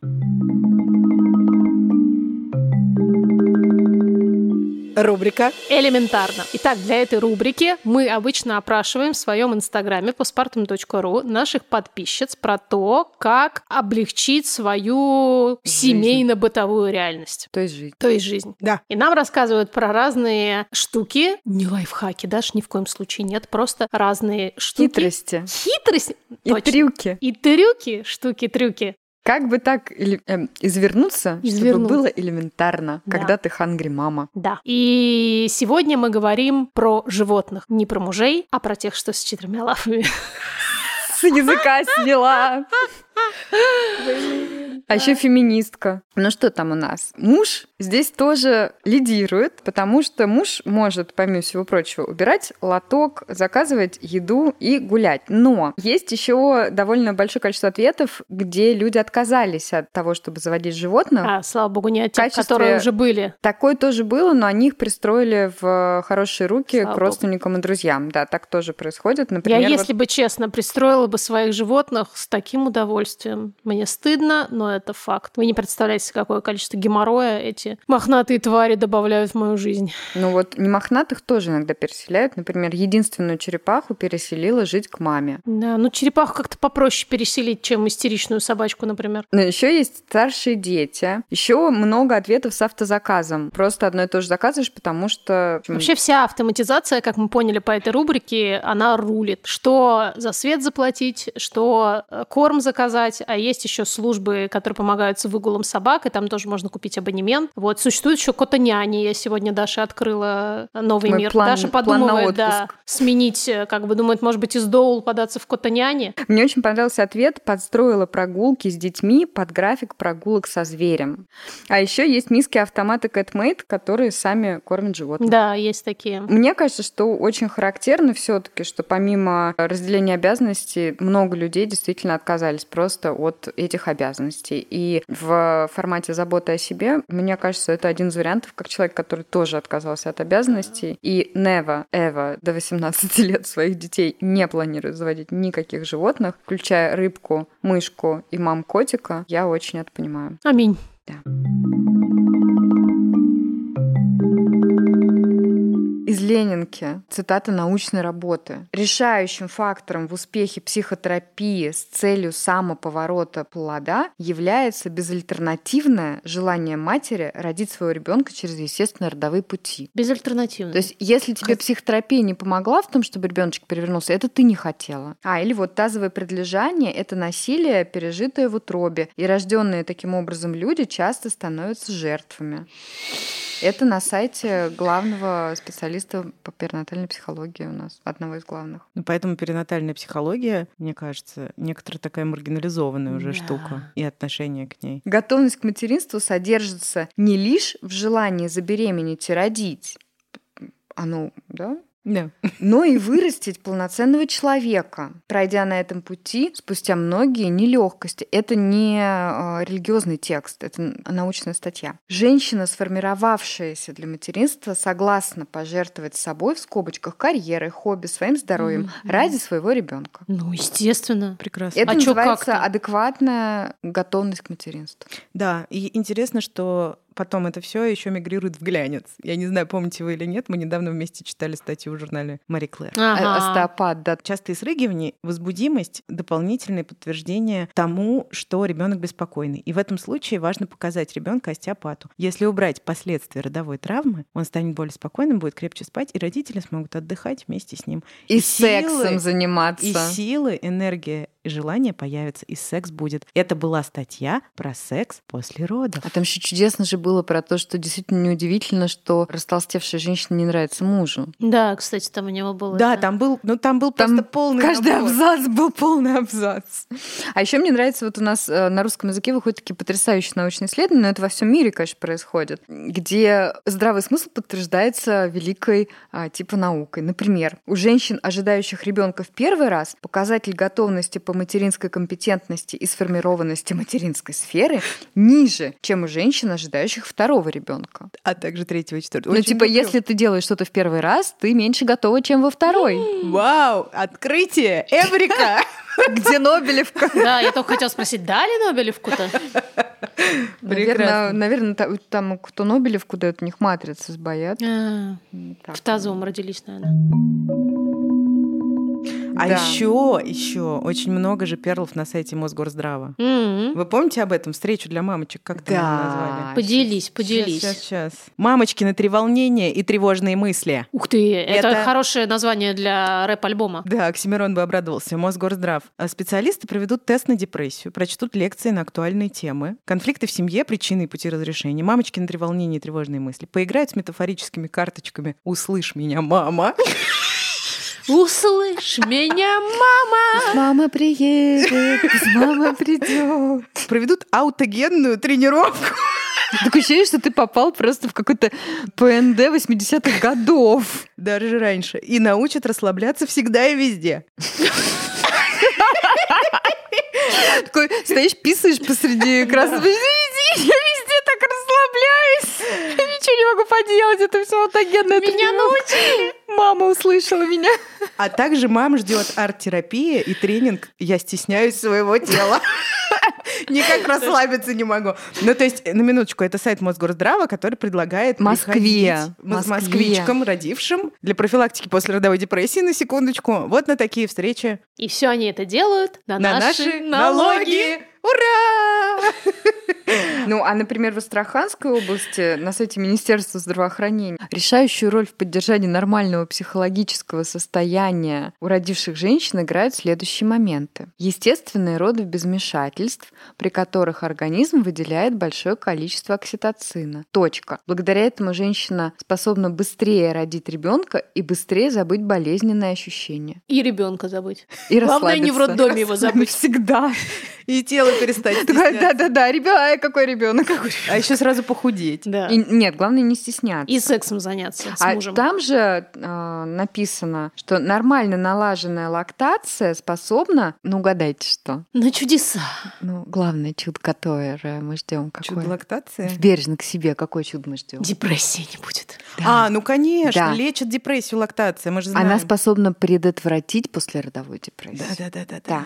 Speaker 2: Рубрика
Speaker 3: Элементарно. Итак, для этой рубрики мы обычно опрашиваем в своем инстаграме postpartum.ru наших подписчиц про то, как облегчить свою
Speaker 2: Жизнь.
Speaker 3: семейно-бытовую реальность.
Speaker 1: То есть жить.
Speaker 3: То есть жизнь.
Speaker 2: Да.
Speaker 3: И нам рассказывают про разные штуки. Не лайфхаки, даже ни в коем случае нет. Просто разные штуки.
Speaker 1: Хитрости
Speaker 3: Хитрость.
Speaker 1: и
Speaker 3: Точно.
Speaker 1: трюки.
Speaker 3: И трюки, штуки-трюки.
Speaker 1: Как бы так или- эм, извернуться, чтобы
Speaker 3: Извернуться.
Speaker 1: было элементарно,
Speaker 3: Да.
Speaker 1: когда ты хангри мама.
Speaker 3: Да. И сегодня мы говорим про животных. Не про мужей, а про тех, что с четырьмя лапами.
Speaker 1: С языка сняла. А еще феминистка. Ну что там у нас? Муж здесь тоже лидирует, потому что муж может, помимо всего прочего, убирать лоток, заказывать еду и гулять. Но есть еще довольно большое количество ответов, где люди отказались от того, чтобы заводить животных.
Speaker 3: А, слава богу, не от
Speaker 1: В
Speaker 3: тех,
Speaker 1: качестве-
Speaker 3: которые уже были.
Speaker 1: Такое тоже было, но они их пристроили в э, хорошие руки
Speaker 3: Слава
Speaker 1: к
Speaker 3: богу.
Speaker 1: родственникам и друзьям. Да, так тоже происходит. Например,
Speaker 3: я,
Speaker 1: вот-
Speaker 3: если бы честно, пристроила бы своих животных с таким удовольствием. Мне стыдно, но это факт. Вы не представляете, какое количество геморроя эти мохнатые твари добавляют в мою жизнь.
Speaker 1: Ну вот не мохнатых тоже иногда переселяют. Например, единственную черепаху переселила жить к маме.
Speaker 3: Да, ну черепаху как-то попроще переселить, чем истеричную собачку, например.
Speaker 1: Но еще есть старшие дети. Еще много ответов с автозаказом. Просто одно и то же заказываешь, потому что...
Speaker 3: Вообще вся автоматизация, как мы поняли по этой рубрике, она рулит. Что за свет заплатить, что э, корм заказать, а есть еще службы, которые помогают с выгулом собак, и там тоже можно купить абонемент. Вот существует еще Котоняни. Я сегодня Даша открыла э, новый
Speaker 1: Мой
Speaker 3: мир.
Speaker 1: план-
Speaker 3: Даша
Speaker 1: план на
Speaker 3: подумывает, да,
Speaker 1: отпуск.
Speaker 3: сменить, э, как бы думает, может быть, из Доул податься в Котоняне.
Speaker 1: Мне очень понравился ответ. Подстроила прогулки с детьми под график прогулок со зверем. А еще есть миски автоматы Catmate, которые сами кормят животных.
Speaker 3: Да, есть такие.
Speaker 1: Мне кажется, что очень характерно все-таки, что помимо разделения обязанностей, много людей действительно отказались просто от этих обязанностей. И в формате заботы о себе, мне кажется, это один из вариантов, как человек, который тоже отказался от обязанностей. И Нева, Эва до 18 лет своих детей не планирует заводить никаких животных, включая рыбку, мышку и мам котика. Я очень это понимаю.
Speaker 3: Аминь.
Speaker 1: Из Ленинки, цитата научной работы. Решающим фактором в успехе психотерапии с целью самоповорота плода является безальтернативное желание матери родить своего ребенка через естественные родовые пути.
Speaker 3: Безальтернативно.
Speaker 1: То есть, если тебе
Speaker 3: Хот-
Speaker 1: психотерапия не помогла в том, чтобы ребеночек перевернулся, это ты не хотела. А, или вот тазовое предлежание – это насилие, пережитое в утробе. И рожденные таким образом люди часто становятся жертвами. Это на сайте главного специалиста по перинатальной психологии у нас, одного из главных.
Speaker 2: Ну, поэтому перинатальная психология, мне кажется, некоторая такая маргинализованная уже
Speaker 3: Да.
Speaker 2: штука и отношение к ней.
Speaker 1: Готовность к материнству содержится не лишь в желании забеременеть и родить. А ну, да?
Speaker 2: Да.
Speaker 1: но и вырастить полноценного человека, пройдя на этом пути спустя многие нелегкости. Это не э, религиозный текст, это н- научная статья. Женщина, сформировавшаяся для материнства, согласна пожертвовать собой в скобочках карьерой, хобби, своим здоровьем
Speaker 3: Мгм.
Speaker 1: ради своего ребенка.
Speaker 3: Ну, естественно.
Speaker 2: Прекрасно.
Speaker 1: Это
Speaker 3: А чё
Speaker 1: называется
Speaker 3: как-то?
Speaker 1: адекватная готовность к материнству.
Speaker 2: Да, и интересно, что потом это все еще мигрирует в глянец. Я не знаю, помните вы или нет, мы недавно вместе читали статью в журнале Мари Клэр.
Speaker 1: Э,
Speaker 3: Ага.
Speaker 1: Остеопат, да.
Speaker 2: Частые срыгивания, возбудимость — дополнительные подтверждения тому, что ребенок беспокойный. И в этом случае важно показать ребенка остеопату. Если убрать последствия родовой травмы, он станет более спокойным, будет крепче спать, и родители смогут отдыхать вместе с ним.
Speaker 1: И,
Speaker 2: И
Speaker 1: сексом
Speaker 2: силы,
Speaker 1: заниматься.
Speaker 2: И силы, энергия и желание появятся, и секс будет. Это была статья про секс после родов.
Speaker 1: А там еще чудесно же было про то, что действительно неудивительно, что растолстевшая женщина не нравится мужу.
Speaker 3: Да, кстати, там у него было.
Speaker 2: Да,
Speaker 3: это.
Speaker 2: там был, ну там был
Speaker 1: Там
Speaker 2: просто полный
Speaker 1: Каждый
Speaker 2: набор.
Speaker 1: абзац был полный абзац. А еще мне нравится, вот у нас э, на русском языке выходят такие потрясающие научные исследования, но это во всем мире, конечно, происходит, где здравый смысл подтверждается великой а, типа наукой. Например, у женщин, ожидающих ребенка в первый раз, показатель готовности по материнской компетентности и сформированности материнской сферы ниже, чем у женщин, ожидающих второго ребенка.
Speaker 2: А также третьего и четвертого.
Speaker 1: Ну,
Speaker 2: Очень
Speaker 1: типа,
Speaker 2: люблю.
Speaker 1: если ты делаешь что-то в первый раз, ты меньше готова, чем во второй,
Speaker 2: Вау, открытие, Эврика!
Speaker 1: где Нобелевка.
Speaker 3: Да, я только хотела спросить, дали Нобелевку-то?
Speaker 1: Наверное,
Speaker 2: Прекрасно.
Speaker 1: наверное, та- там, кто Нобелевку дает, у них матрицы сбоят.
Speaker 3: А,
Speaker 1: Так.
Speaker 3: В тазовом родились, наверное.
Speaker 2: А
Speaker 1: Да.
Speaker 2: еще, еще очень много же перлов на сайте Мосгорздрава.
Speaker 3: М,
Speaker 2: Вы помните об этом? Встречу для мамочек, как там её
Speaker 1: Да.
Speaker 2: назвали?
Speaker 3: Поделись, поделись.
Speaker 2: Сейчас, сейчас. Мамочкины треволнения и тревожные мысли.
Speaker 3: Ух ты, это...
Speaker 2: Это-
Speaker 3: хорошее название для рэп-альбома.
Speaker 2: Да, Оксимирон бы обрадовался. Мосгорздрав. А Специалисты проведут тест на депрессию, прочтут лекции на актуальные темы, конфликты в семье, причины и пути разрешения, мамочки на треволнение и тревожные мысли, поиграют с метафорическими карточками «Услышь меня, мама»,
Speaker 3: Услышь меня, мама!
Speaker 1: Мама приедет, мама придет.
Speaker 2: Проведут аутогенную тренировку.
Speaker 1: Так ощущение, что ты попал просто в какой-то ПНД 80-х годов.
Speaker 2: Даже раньше. И научат расслабляться всегда и везде.
Speaker 1: Такой стоишь, писаешь посреди красного. Извините, я везде так расслабляюсь. Я ничего не могу поделать, это все аутогенная
Speaker 3: Меня ну- научили.
Speaker 1: Мама услышала меня.
Speaker 2: А также мам ждет арт-терапия и тренинг «Я стесняюсь своего тела». Никак расслабиться не могу. Ну, то есть, на минуточку, это сайт Мосгорздрава, который предлагает
Speaker 1: Москве.
Speaker 2: приходить мос-
Speaker 1: Москве.
Speaker 2: москвичкам, родившим, для профилактики послеродовой депрессии, на секундочку, вот на такие встречи.
Speaker 3: И все они это делают на, наши налоги.
Speaker 2: Ура!
Speaker 1: Ну, а, например, в Астраханской области на сайте Министерства здравоохранения решающую роль в поддержании нормального психологического состояния у родивших женщин играют следующие моменты. Естественные роды без вмешательств, при которых организм выделяет большое количество окситоцина. Точка. Благодаря этому женщина способна быстрее родить ребенка и быстрее забыть болезненные ощущения.
Speaker 3: И ребенка забыть.
Speaker 1: И
Speaker 3: Главное, не в
Speaker 1: расслабиться.
Speaker 3: роддоме его забыть.
Speaker 1: Всегда.
Speaker 2: И тело перестать стесняться.
Speaker 1: Да-да-да, ребенок, какой ребенок, какой
Speaker 2: А еще сразу похудеть.
Speaker 3: Да.
Speaker 1: И- нет, главное не стесняться.
Speaker 3: И сексом заняться с
Speaker 1: А
Speaker 3: мужем.
Speaker 1: там же э, написано, что нормально налаженная лактация способна, ну угадайте что,
Speaker 3: На чудеса.
Speaker 1: ну главное чудо, которое мы ждем
Speaker 2: Чудо
Speaker 1: какое.
Speaker 2: лактации.
Speaker 1: В бережно к себе, какое чудо мы ждем?
Speaker 3: Депрессии не будет.
Speaker 2: А, ну конечно,
Speaker 1: Да.
Speaker 2: лечит депрессию лактация, мы же знаем.
Speaker 1: Она способна предотвратить послеродовую депрессию.
Speaker 2: Да-да-да.
Speaker 1: Да.
Speaker 2: да.
Speaker 3: А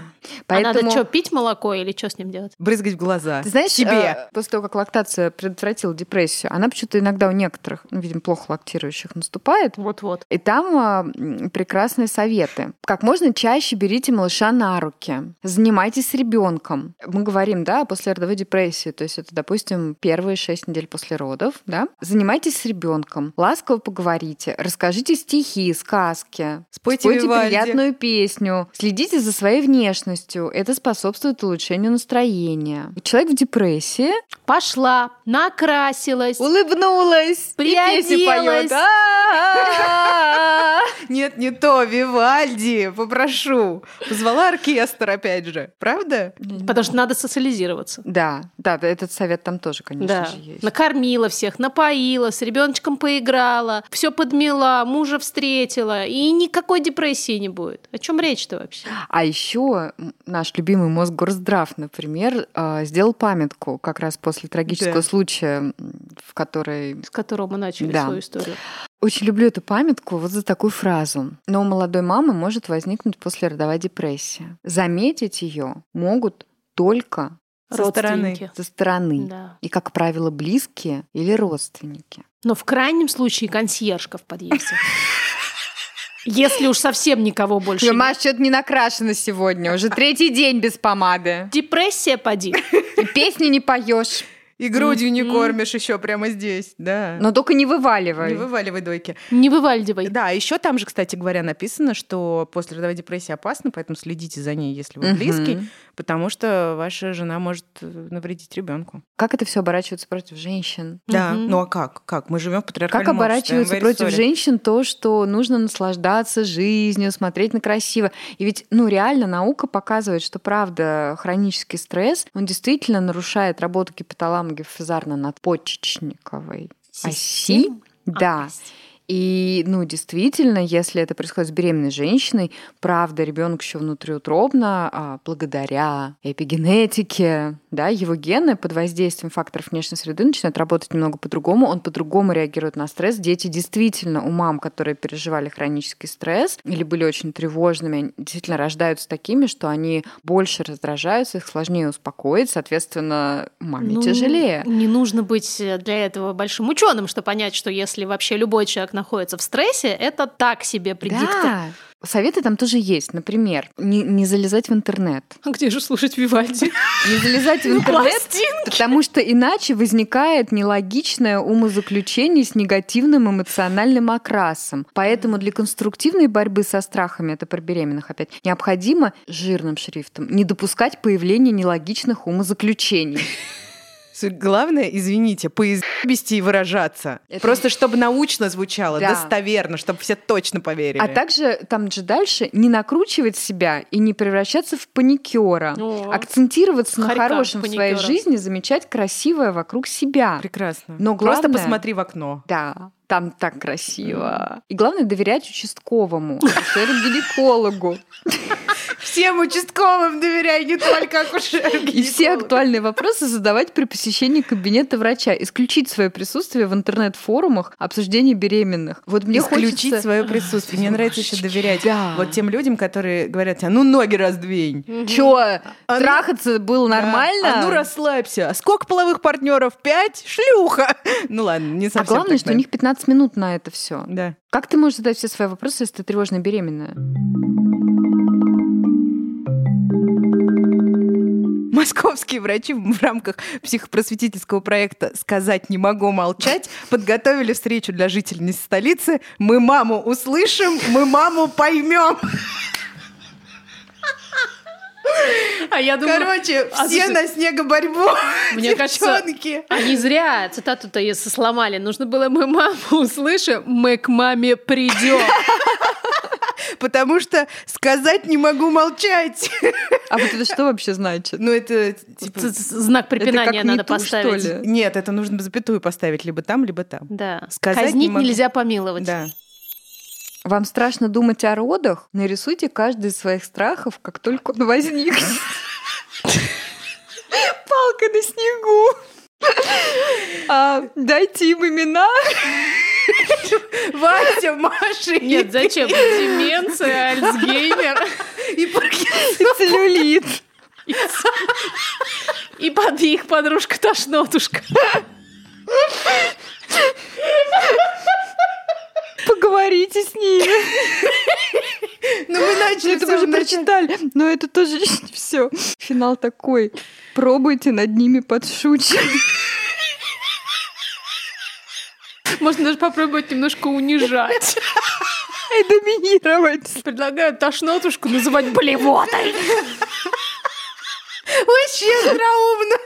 Speaker 3: надо
Speaker 1: Поэтому
Speaker 3: что, пить молоко или что с ним делать?
Speaker 2: Брызгать в глаза.
Speaker 1: Ты знаешь,
Speaker 2: Себе.
Speaker 1: э, после того, как лактация предотвратила депрессию, она почему-то иногда у некоторых, ну, видимо, плохо лактирующих наступает,
Speaker 3: Вот-вот.
Speaker 1: И там а, м, прекрасные советы. Как можно чаще берите малыша на руки, занимайтесь с ребенком. Мы говорим, да, о послеродовой депрессии, то есть это, допустим, первые шесть недель после родов, да. Занимайтесь с ребенком, ласково поговорите, расскажите стихи, сказки,
Speaker 2: Спойте
Speaker 1: спойте
Speaker 2: Вивальди.
Speaker 1: приятную песню, следите за своей внешностью, это способствует улучшению настроения. Человек в депрессии
Speaker 3: Пошла, накрасилась.
Speaker 1: улыбнулась, и песню а? поет.
Speaker 3: Приоделась.
Speaker 1: А-а-а.
Speaker 2: Нет, не то, Вивальди, попрошу. Позвала оркестр, опять же. Правда?
Speaker 3: Потому что надо социализироваться.
Speaker 1: Да, да, да, этот совет там тоже, конечно
Speaker 3: Да.
Speaker 1: же, есть.
Speaker 3: Накормила всех, напоила, с ребеночком поиграла, все подмела, мужа встретила. И никакой депрессии не будет. О чем речь-то вообще?
Speaker 1: А еще наш любимый Мосгорздрав, например, э, сделал памятку как раз после трагического
Speaker 2: Да.
Speaker 1: случая, м, в которой...
Speaker 3: С которого мы начали
Speaker 1: Да.
Speaker 3: свою историю.
Speaker 1: Очень люблю эту памятку вот за такую фразу. Но у молодой мамы может возникнуть послеродовая депрессия. Заметить ее могут только
Speaker 2: Со
Speaker 3: Родственники.
Speaker 1: со стороны.
Speaker 3: Да.
Speaker 1: И, как правило, близкие или родственники.
Speaker 3: Но в крайнем случае консьержка в подъезде. Если уж совсем никого больше нет.
Speaker 1: что-то не накрашена сегодня. Уже третий день без помады.
Speaker 3: Депрессия поди.
Speaker 1: Песни не поешь.
Speaker 2: И грудью не
Speaker 3: Мгм.
Speaker 2: кормишь еще прямо здесь, да.
Speaker 1: Но только не вываливай.
Speaker 2: Не вываливай дойки.
Speaker 3: Не вывальдивай.
Speaker 2: Да, еще там же, кстати говоря, написано, что послеродовая депрессия опасна, поэтому следите за ней, если вы
Speaker 1: Мгм.
Speaker 2: близкий, потому что ваша жена может э, навредить ребенку.
Speaker 1: Как это все оборачивается против женщин?
Speaker 2: Да.
Speaker 3: Мгм.
Speaker 2: Ну а как? Как? Мы живем в
Speaker 1: Как
Speaker 2: патриархальном
Speaker 1: оборачивается
Speaker 2: обществе, I'm very
Speaker 1: против
Speaker 2: sorry.
Speaker 1: женщин то, что нужно наслаждаться жизнью, смотреть на красиво. И ведь, ну, реально наука показывает, что, правда, хронический стресс, он действительно нарушает работу гипоталамо надпочечниковой оси.
Speaker 3: Система
Speaker 1: Да.
Speaker 3: опасна.
Speaker 1: И, ну, действительно, если это происходит с беременной женщиной, правда, ребенок еще внутриутробно, а, благодаря эпигенетике, да, его гены под воздействием факторов внешней среды начинают работать немного по-другому, он по-другому реагирует на стресс. Дети действительно у мам, которые переживали хронический стресс или были очень тревожными, они действительно рождаются такими, что они больше раздражаются, их сложнее успокоить, соответственно, маме
Speaker 3: Ну,
Speaker 1: тяжелее.
Speaker 3: Не нужно быть э, для этого большим ученым, чтобы понять, что если вообще любой человек находится в стрессе, это так себе предиктор.
Speaker 1: Да. Советы там тоже есть. Например, не, не залезать в интернет.
Speaker 3: А где же слушать Вивальди?
Speaker 1: Не залезать в интернет, потому что иначе возникает нелогичное умозаключение с негативным эмоциональным окрасом. Поэтому для конструктивной борьбы со страхами, это про беременных опять, необходимо жирным шрифтом не допускать появления нелогичных умозаключений.
Speaker 2: Главное, извините, поизбести и выражаться.
Speaker 1: Это-
Speaker 2: Просто чтобы научно звучало,
Speaker 1: Да.
Speaker 2: достоверно, чтобы все точно поверили.
Speaker 1: А также там же дальше не накручивать себя и не превращаться в паникера.
Speaker 3: О.
Speaker 1: Акцентироваться на
Speaker 3: Хорька
Speaker 1: хорошем в своей
Speaker 3: паникёра.
Speaker 1: жизни, замечать красивое вокруг себя.
Speaker 2: Прекрасно.
Speaker 1: Но
Speaker 2: Просто
Speaker 1: главное-
Speaker 2: посмотри в окно.
Speaker 1: Да, там так красиво. И главное доверять участковому, акушеру-гинекологу.
Speaker 2: Всем участковым доверяй, не только акушерке.
Speaker 1: И все актуальные вопросы задавать при посещении кабинета врача. Исключить свое присутствие в интернет-форумах обсуждения беременных. Вот мне
Speaker 2: Исключить
Speaker 1: хочется...
Speaker 2: свое присутствие. Мне нравится еще доверять
Speaker 1: Да.
Speaker 2: вот тем людям, которые говорят, а ну ноги раздвинь.
Speaker 1: Чё,
Speaker 2: А ну-
Speaker 1: трахаться было нормально?
Speaker 2: Да. А ну расслабься. А сколько половых партнеров? Пять? Шлюха! Ну ладно, не
Speaker 1: А
Speaker 2: совсем
Speaker 1: главное,
Speaker 2: так,
Speaker 1: что у них 15 минут на это все.
Speaker 2: наверное. Да.
Speaker 1: Как ты можешь задать все свои вопросы, если ты тревожная беременная?
Speaker 2: Московские врачи в рамках психопросветительского проекта «Сказать не могу молчать» подготовили встречу для жительниц столицы «Мы маму услышим, мы маму поймем».
Speaker 3: А я думаю,
Speaker 2: Короче,
Speaker 3: а
Speaker 2: все
Speaker 3: слушай,
Speaker 2: на снегоборьбу,
Speaker 3: Мне кажется,
Speaker 2: девчонки.
Speaker 3: Они зря цитату-то если сломали. Нужно было мы маму услышим, мы к маме придем.
Speaker 2: Потому что «Сказать не могу молчать».
Speaker 1: А вот это что вообще значит?
Speaker 2: Ну это типа...
Speaker 3: Знак препинания надо
Speaker 1: «не ту», что ли?
Speaker 3: поставить.
Speaker 2: Нет, это нужно запятую поставить либо там, либо там.
Speaker 3: Да.
Speaker 2: Сказать не
Speaker 3: Казнить
Speaker 2: могу.
Speaker 3: нельзя помиловать.
Speaker 2: Да.
Speaker 1: Вам страшно думать о родах? Нарисуйте каждый из своих страхов, как только он возникнет. Палка на снегу. А, дайте им имена.
Speaker 2: Вася, Маша и
Speaker 3: Нет, зачем? Деменция, Альцгеймер
Speaker 2: И Паркинсон.
Speaker 1: И целлюлит.
Speaker 3: и под их подружка Тошнотушка.
Speaker 1: Поговорите с ними.
Speaker 2: Ну мы начали
Speaker 1: Это вы
Speaker 2: всё
Speaker 1: же
Speaker 2: вначале.
Speaker 1: прочитали. Но это тоже все. Финал такой. Пробуйте над ними подшучивать.
Speaker 3: Можно даже попробовать немножко унижать.
Speaker 1: и доминировать.
Speaker 3: Предлагаю Тошнотушку называть блевотой.
Speaker 2: Вообще остроумно.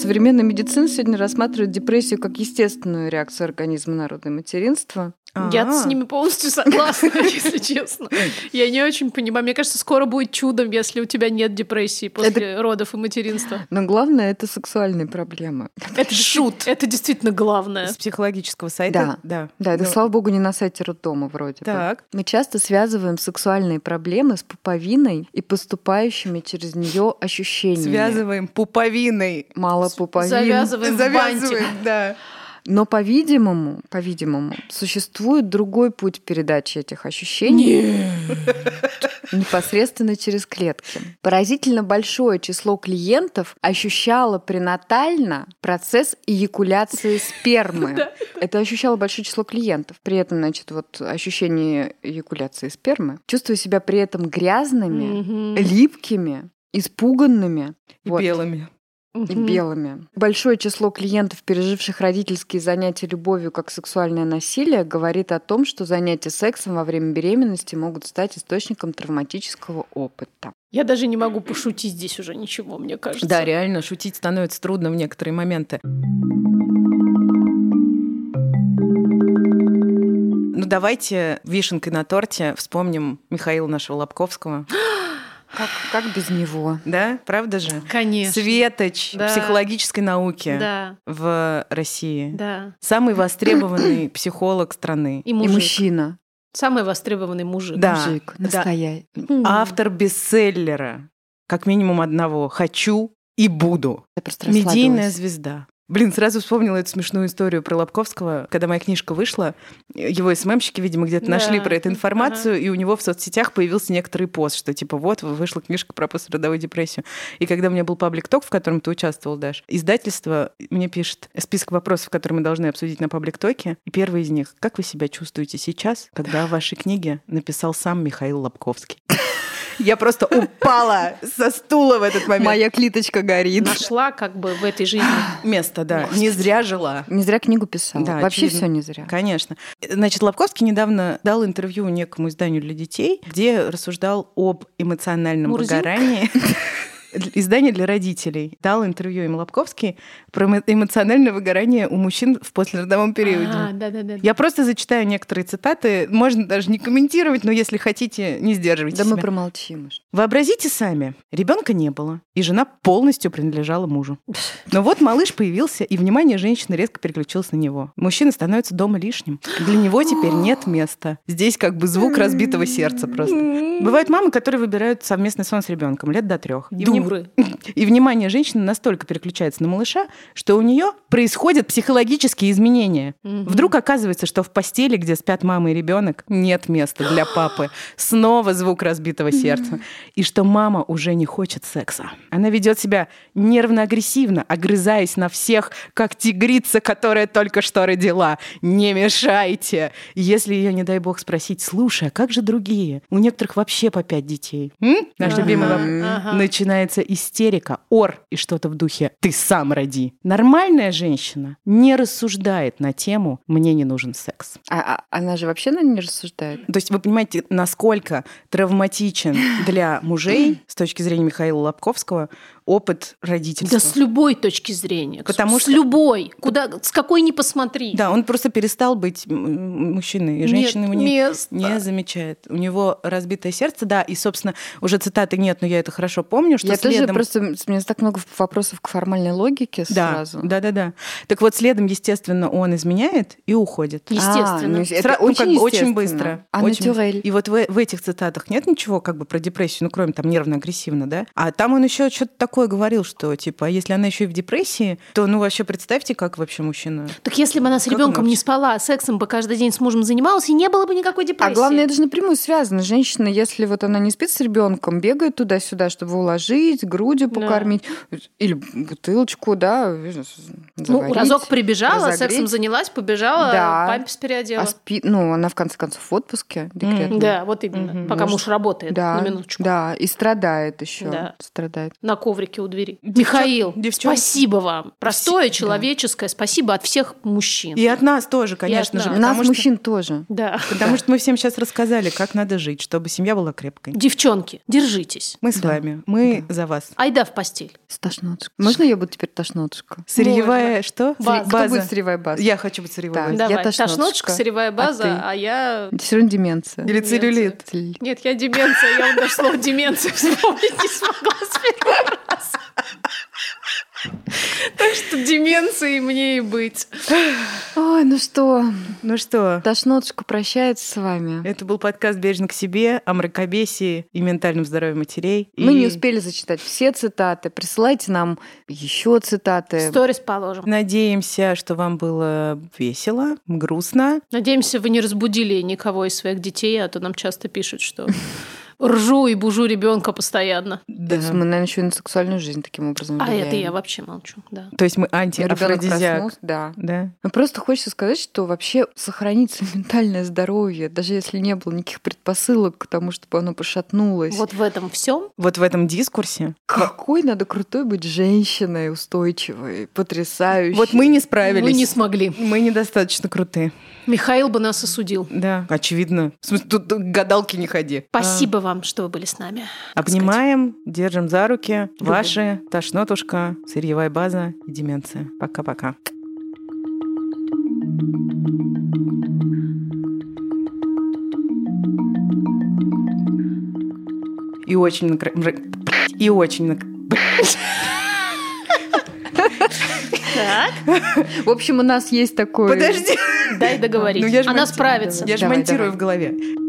Speaker 1: Современная медицина сегодня рассматривает депрессию как естественную реакцию организма на родное материнство.
Speaker 2: А.
Speaker 3: Я с ними полностью согласна, если честно. Я не очень понимаю. Мне кажется, скоро будет чудом, если у тебя нет депрессии после родов и материнства.
Speaker 1: Но главное это сексуальные проблемы.
Speaker 3: Это шут. Это действительно главное.
Speaker 2: С психологического
Speaker 1: Да.
Speaker 2: сайта. Да.
Speaker 1: Да, это,
Speaker 2: Ну,
Speaker 1: слава богу, не на сайте роддома вроде бы.
Speaker 2: Так.
Speaker 1: Мы часто связываем сексуальные проблемы с пуповиной и поступающими через нее ощущениями.
Speaker 2: Связываем пуповиной.
Speaker 1: Мало пуповин.
Speaker 3: Завязываем в бантик.
Speaker 2: Завязываем, да.
Speaker 1: Но, по-видимому, по-видимому, существует другой путь передачи этих ощущений.
Speaker 2: Нет.
Speaker 1: непосредственно через клетки. Поразительно большое число клиентов ощущало пренатально процесс эякуляции спермы. Это ощущало большое число клиентов. При этом, значит, вот ощущение эякуляции спермы. Чувствую себя при этом грязными,
Speaker 3: Мгм.
Speaker 1: липкими, испуганными.
Speaker 2: И
Speaker 1: Вот
Speaker 2: белыми.
Speaker 1: и
Speaker 3: Мгм.
Speaker 1: белыми. Большое число клиентов, переживших родительские занятия любовью как сексуальное насилие, говорит о том, что занятия сексом во время беременности могут стать источником травматического опыта.
Speaker 3: Я даже не могу пошутить здесь уже ничего, мне кажется.
Speaker 2: Да, реально, шутить становится трудно в некоторые моменты. Ну, давайте вишенкой на торте вспомним Михаила нашего Лобковского.
Speaker 1: Как, как без него?
Speaker 2: Да? Правда же?
Speaker 3: Конечно.
Speaker 2: Светоч
Speaker 3: Да.
Speaker 2: психологической науки
Speaker 3: Да,
Speaker 2: в России.
Speaker 3: да.
Speaker 2: Самый востребованный психолог страны.
Speaker 3: И
Speaker 1: И
Speaker 3: мужик.
Speaker 1: мужчина.
Speaker 3: Самый востребованный мужик. Хм.
Speaker 2: Да.
Speaker 1: Мужик.
Speaker 2: да.
Speaker 1: Настоящий.
Speaker 3: М.
Speaker 2: Автор бестселлера. Как минимум одного. «Хочу и буду».
Speaker 1: Я просто
Speaker 2: Медийная
Speaker 1: расслабилась.
Speaker 2: звезда. Блин, сразу вспомнила эту смешную историю про Лобковского. Когда моя книжка вышла, его СММщики, видимо, где-то
Speaker 3: Да.
Speaker 2: нашли про эту информацию, и у него в соцсетях появился некоторый пост, что типа вот, вышла книжка про пострадовую депрессию. И когда у меня был паблик-ток, в котором ты участвовал, Даш, издательство мне пишет список вопросов, которые мы должны обсудить на паблик-токе. И первый из них. Как вы себя чувствуете сейчас, когда о вашей книге написал сам Михаил Лобковский? Я просто упала со стула в этот момент.
Speaker 1: Моя клиточка горит.
Speaker 3: Нашла как бы в этой жизни.
Speaker 2: Место, да. Не зря жила.
Speaker 1: Не зря книгу писала.
Speaker 2: Да,
Speaker 1: Вообще
Speaker 2: очевидно.
Speaker 1: все не зря.
Speaker 2: Конечно. Значит, Лобковский недавно дал интервью некому изданию для детей, где рассуждал об эмоциональном
Speaker 3: Мурзилка?
Speaker 2: выгорании. издание для родителей дал интервью им Лобковский про эмо- эмоциональное выгорание у мужчин в послеродовом периоде.
Speaker 3: А, да-да-да.
Speaker 2: Я просто зачитаю некоторые цитаты, можно даже не комментировать, но если хотите, не сдерживайте
Speaker 1: Да мы
Speaker 2: себя.
Speaker 1: промолчим. уж.
Speaker 2: Вообразите сами, ребенка не было, и жена полностью принадлежала мужу. Но вот малыш появился, и внимание женщины резко переключилось на него. Мужчина становится дома лишним. Для него теперь нет места. Здесь как бы звук разбитого сердца просто. Бывают мамы, которые выбирают совместный сон с ребенком лет до трех. И, вни-
Speaker 3: Дуры.
Speaker 2: и внимание женщины настолько переключается на малыша, что у нее происходят психологические изменения.
Speaker 3: Мгм.
Speaker 2: Вдруг оказывается, что в постели, где спят мама и ребенок, нет места для папы. Снова звук разбитого сердца. И что мама уже не хочет секса. Она ведет себя нервно-агрессивно, огрызаясь на всех, как тигрица, которая только что родила. Не мешайте. Если ее, не дай бог, спросить, слушай, а как же другие? У некоторых вообще по пять детей. М? Наш
Speaker 3: Ага,
Speaker 2: любимый вопрос.
Speaker 3: ага.
Speaker 1: А.
Speaker 2: Начинается истерика, ор и что-то в духе «ты сам роди». Нормальная женщина не рассуждает на тему «мне не нужен секс».
Speaker 1: А, а она же вообще на не рассуждает.
Speaker 2: То есть вы понимаете, насколько травматичен для мужей, с точки зрения Михаила Лобковского, опыт
Speaker 3: Да
Speaker 2: родительства.
Speaker 3: с любой точки зрения.
Speaker 2: Потому
Speaker 3: Потому с
Speaker 2: что-
Speaker 3: любой. Куда, с какой ни посмотри.
Speaker 2: Да, он просто перестал быть м, м, мужчиной, и женщины
Speaker 3: Нет
Speaker 2: у него
Speaker 3: места.
Speaker 1: А.
Speaker 2: не замечает. У него разбитое сердце, да, и, собственно, уже цитаты нет, но я это хорошо помню, что
Speaker 1: Я тоже
Speaker 2: следом...
Speaker 1: просто... У меня так много вопросов к формальной логике
Speaker 2: Да,
Speaker 1: сразу.
Speaker 2: да, да, да. Так вот, следом, естественно, он изменяет и уходит.
Speaker 1: А, ну,
Speaker 3: Естественно.
Speaker 1: это
Speaker 2: Сра- ну,
Speaker 1: очень,
Speaker 2: как бы очень
Speaker 1: естественно.
Speaker 2: быстро.
Speaker 1: А
Speaker 2: Очень
Speaker 1: натюрель?
Speaker 2: И вот в, в этих цитатах нет ничего как бы про депрессию, ну, кроме там нервно-агрессивно, да? А там он еще что-то такое говорил, что, типа, а если она еще и в депрессии, то, ну, вообще представьте, как вообще мужчина...
Speaker 3: Так если бы она с
Speaker 2: Как
Speaker 3: ребенком
Speaker 2: она
Speaker 3: не
Speaker 2: вообще?
Speaker 3: спала, а сексом бы каждый день с мужем занималась, и не было бы никакой депрессии.
Speaker 1: А главное, это же напрямую связано. Женщина, если вот она не спит с ребенком, бегает туда-сюда, чтобы уложить, грудью
Speaker 3: Да.
Speaker 1: покормить, или бутылочку, да,
Speaker 3: ну,
Speaker 1: заварить. А
Speaker 3: разок прибежала,
Speaker 1: разогреть.
Speaker 3: сексом занялась, побежала,
Speaker 1: Да.
Speaker 3: памперс переодела.
Speaker 1: а спит, ну, она в конце концов в отпуске декретном.
Speaker 3: Да, вот именно.
Speaker 2: Мгм.
Speaker 3: Пока
Speaker 1: Может,
Speaker 3: муж работает,
Speaker 1: Да,
Speaker 3: на минуточку.
Speaker 1: да, и страдает еще.
Speaker 3: Да.
Speaker 1: Страдает.
Speaker 3: На коврике у двери.
Speaker 2: Девчон-
Speaker 3: Михаил,
Speaker 2: девчон-
Speaker 3: спасибо вам. Простое,
Speaker 2: Да.
Speaker 3: человеческое, спасибо от всех мужчин.
Speaker 2: И от нас тоже, конечно
Speaker 3: от
Speaker 2: же.
Speaker 3: нас.
Speaker 2: потому
Speaker 1: Нас,
Speaker 2: что-
Speaker 1: мужчин, тоже.
Speaker 3: Да.
Speaker 2: Потому что мы всем сейчас рассказали, как надо жить, чтобы семья была крепкой.
Speaker 3: Девчонки, держитесь.
Speaker 2: Мы с
Speaker 1: Да.
Speaker 2: вами, мы за вас.
Speaker 3: Айда в постель.
Speaker 1: Стошнотушка. Можно я буду теперь тошнотушка?
Speaker 2: Сырьевая что?
Speaker 3: Ба-
Speaker 2: Сырь-
Speaker 1: Кто
Speaker 2: База.
Speaker 1: будет сырьевая база?
Speaker 2: Я хочу быть сырьевой.
Speaker 1: Так.
Speaker 2: базой.
Speaker 1: А, Я
Speaker 3: Давай.
Speaker 1: тошнотушка.
Speaker 3: Тошнотушка, сырьевая база,
Speaker 1: ты?
Speaker 3: а, я...
Speaker 1: Все равно деменция.
Speaker 2: Или
Speaker 3: Нет.
Speaker 2: целлюлит.
Speaker 1: Целлюлит.
Speaker 3: Нет, я деменция, я вам даже слово деменция вспомнить не смогла с первого раза. Так что деменцией мне и быть.
Speaker 1: Ой, ну что,
Speaker 2: Ну что,
Speaker 1: тошнотушка прощается с вами.
Speaker 2: это был подкаст «Бережно к себе» о мракобесии и ментальном здоровье матерей.
Speaker 1: Мы
Speaker 2: И
Speaker 1: не успели зачитать все цитаты. Присылайте нам еще цитаты.
Speaker 3: Сторис положим.
Speaker 2: Надеемся, что вам было весело, грустно.
Speaker 3: Надеемся, вы не разбудили никого из своих детей, а то нам часто пишут, что ржу и бужу ребенка постоянно.
Speaker 1: То есть мы, наверное, еще и на сексуальную жизнь таким образом
Speaker 3: А это я
Speaker 1: влияем.
Speaker 3: вообще молчу, да.
Speaker 2: То есть мы
Speaker 1: Ребенок
Speaker 2: антиафродизиак.
Speaker 1: проснулся, да.
Speaker 2: Да.
Speaker 1: Ну, просто хочется сказать, что вообще сохранить свое ментальное здоровье, даже если не было никаких предпосылок к тому, чтобы оно пошатнулось.
Speaker 3: Вот в этом всем
Speaker 2: Вот в этом дискурсе.
Speaker 1: Какой надо крутой быть женщиной, устойчивой, потрясающей.
Speaker 2: Вот мы не
Speaker 3: мы не
Speaker 2: справились.
Speaker 3: смогли.
Speaker 2: Мы недостаточно крутые.
Speaker 3: Михаил бы нас осудил.
Speaker 2: Да. Очевидно. В смысле, тут к гадалке не ходи.
Speaker 3: Спасибо вам, что вы были с нами.
Speaker 2: А, Обнимаем, держим за руки. Ваши тошнотушка, сырьевая база и деменция. Пока-пока. И очень накра- мра- И очень накра-
Speaker 3: Так,
Speaker 1: В общем, у нас есть такой...
Speaker 2: Подожди,
Speaker 3: дай договорить.
Speaker 2: Ну, я ж
Speaker 3: Она
Speaker 2: мантирую.
Speaker 3: справится.
Speaker 2: я же
Speaker 1: Давай, давай.
Speaker 2: монтирую в голове.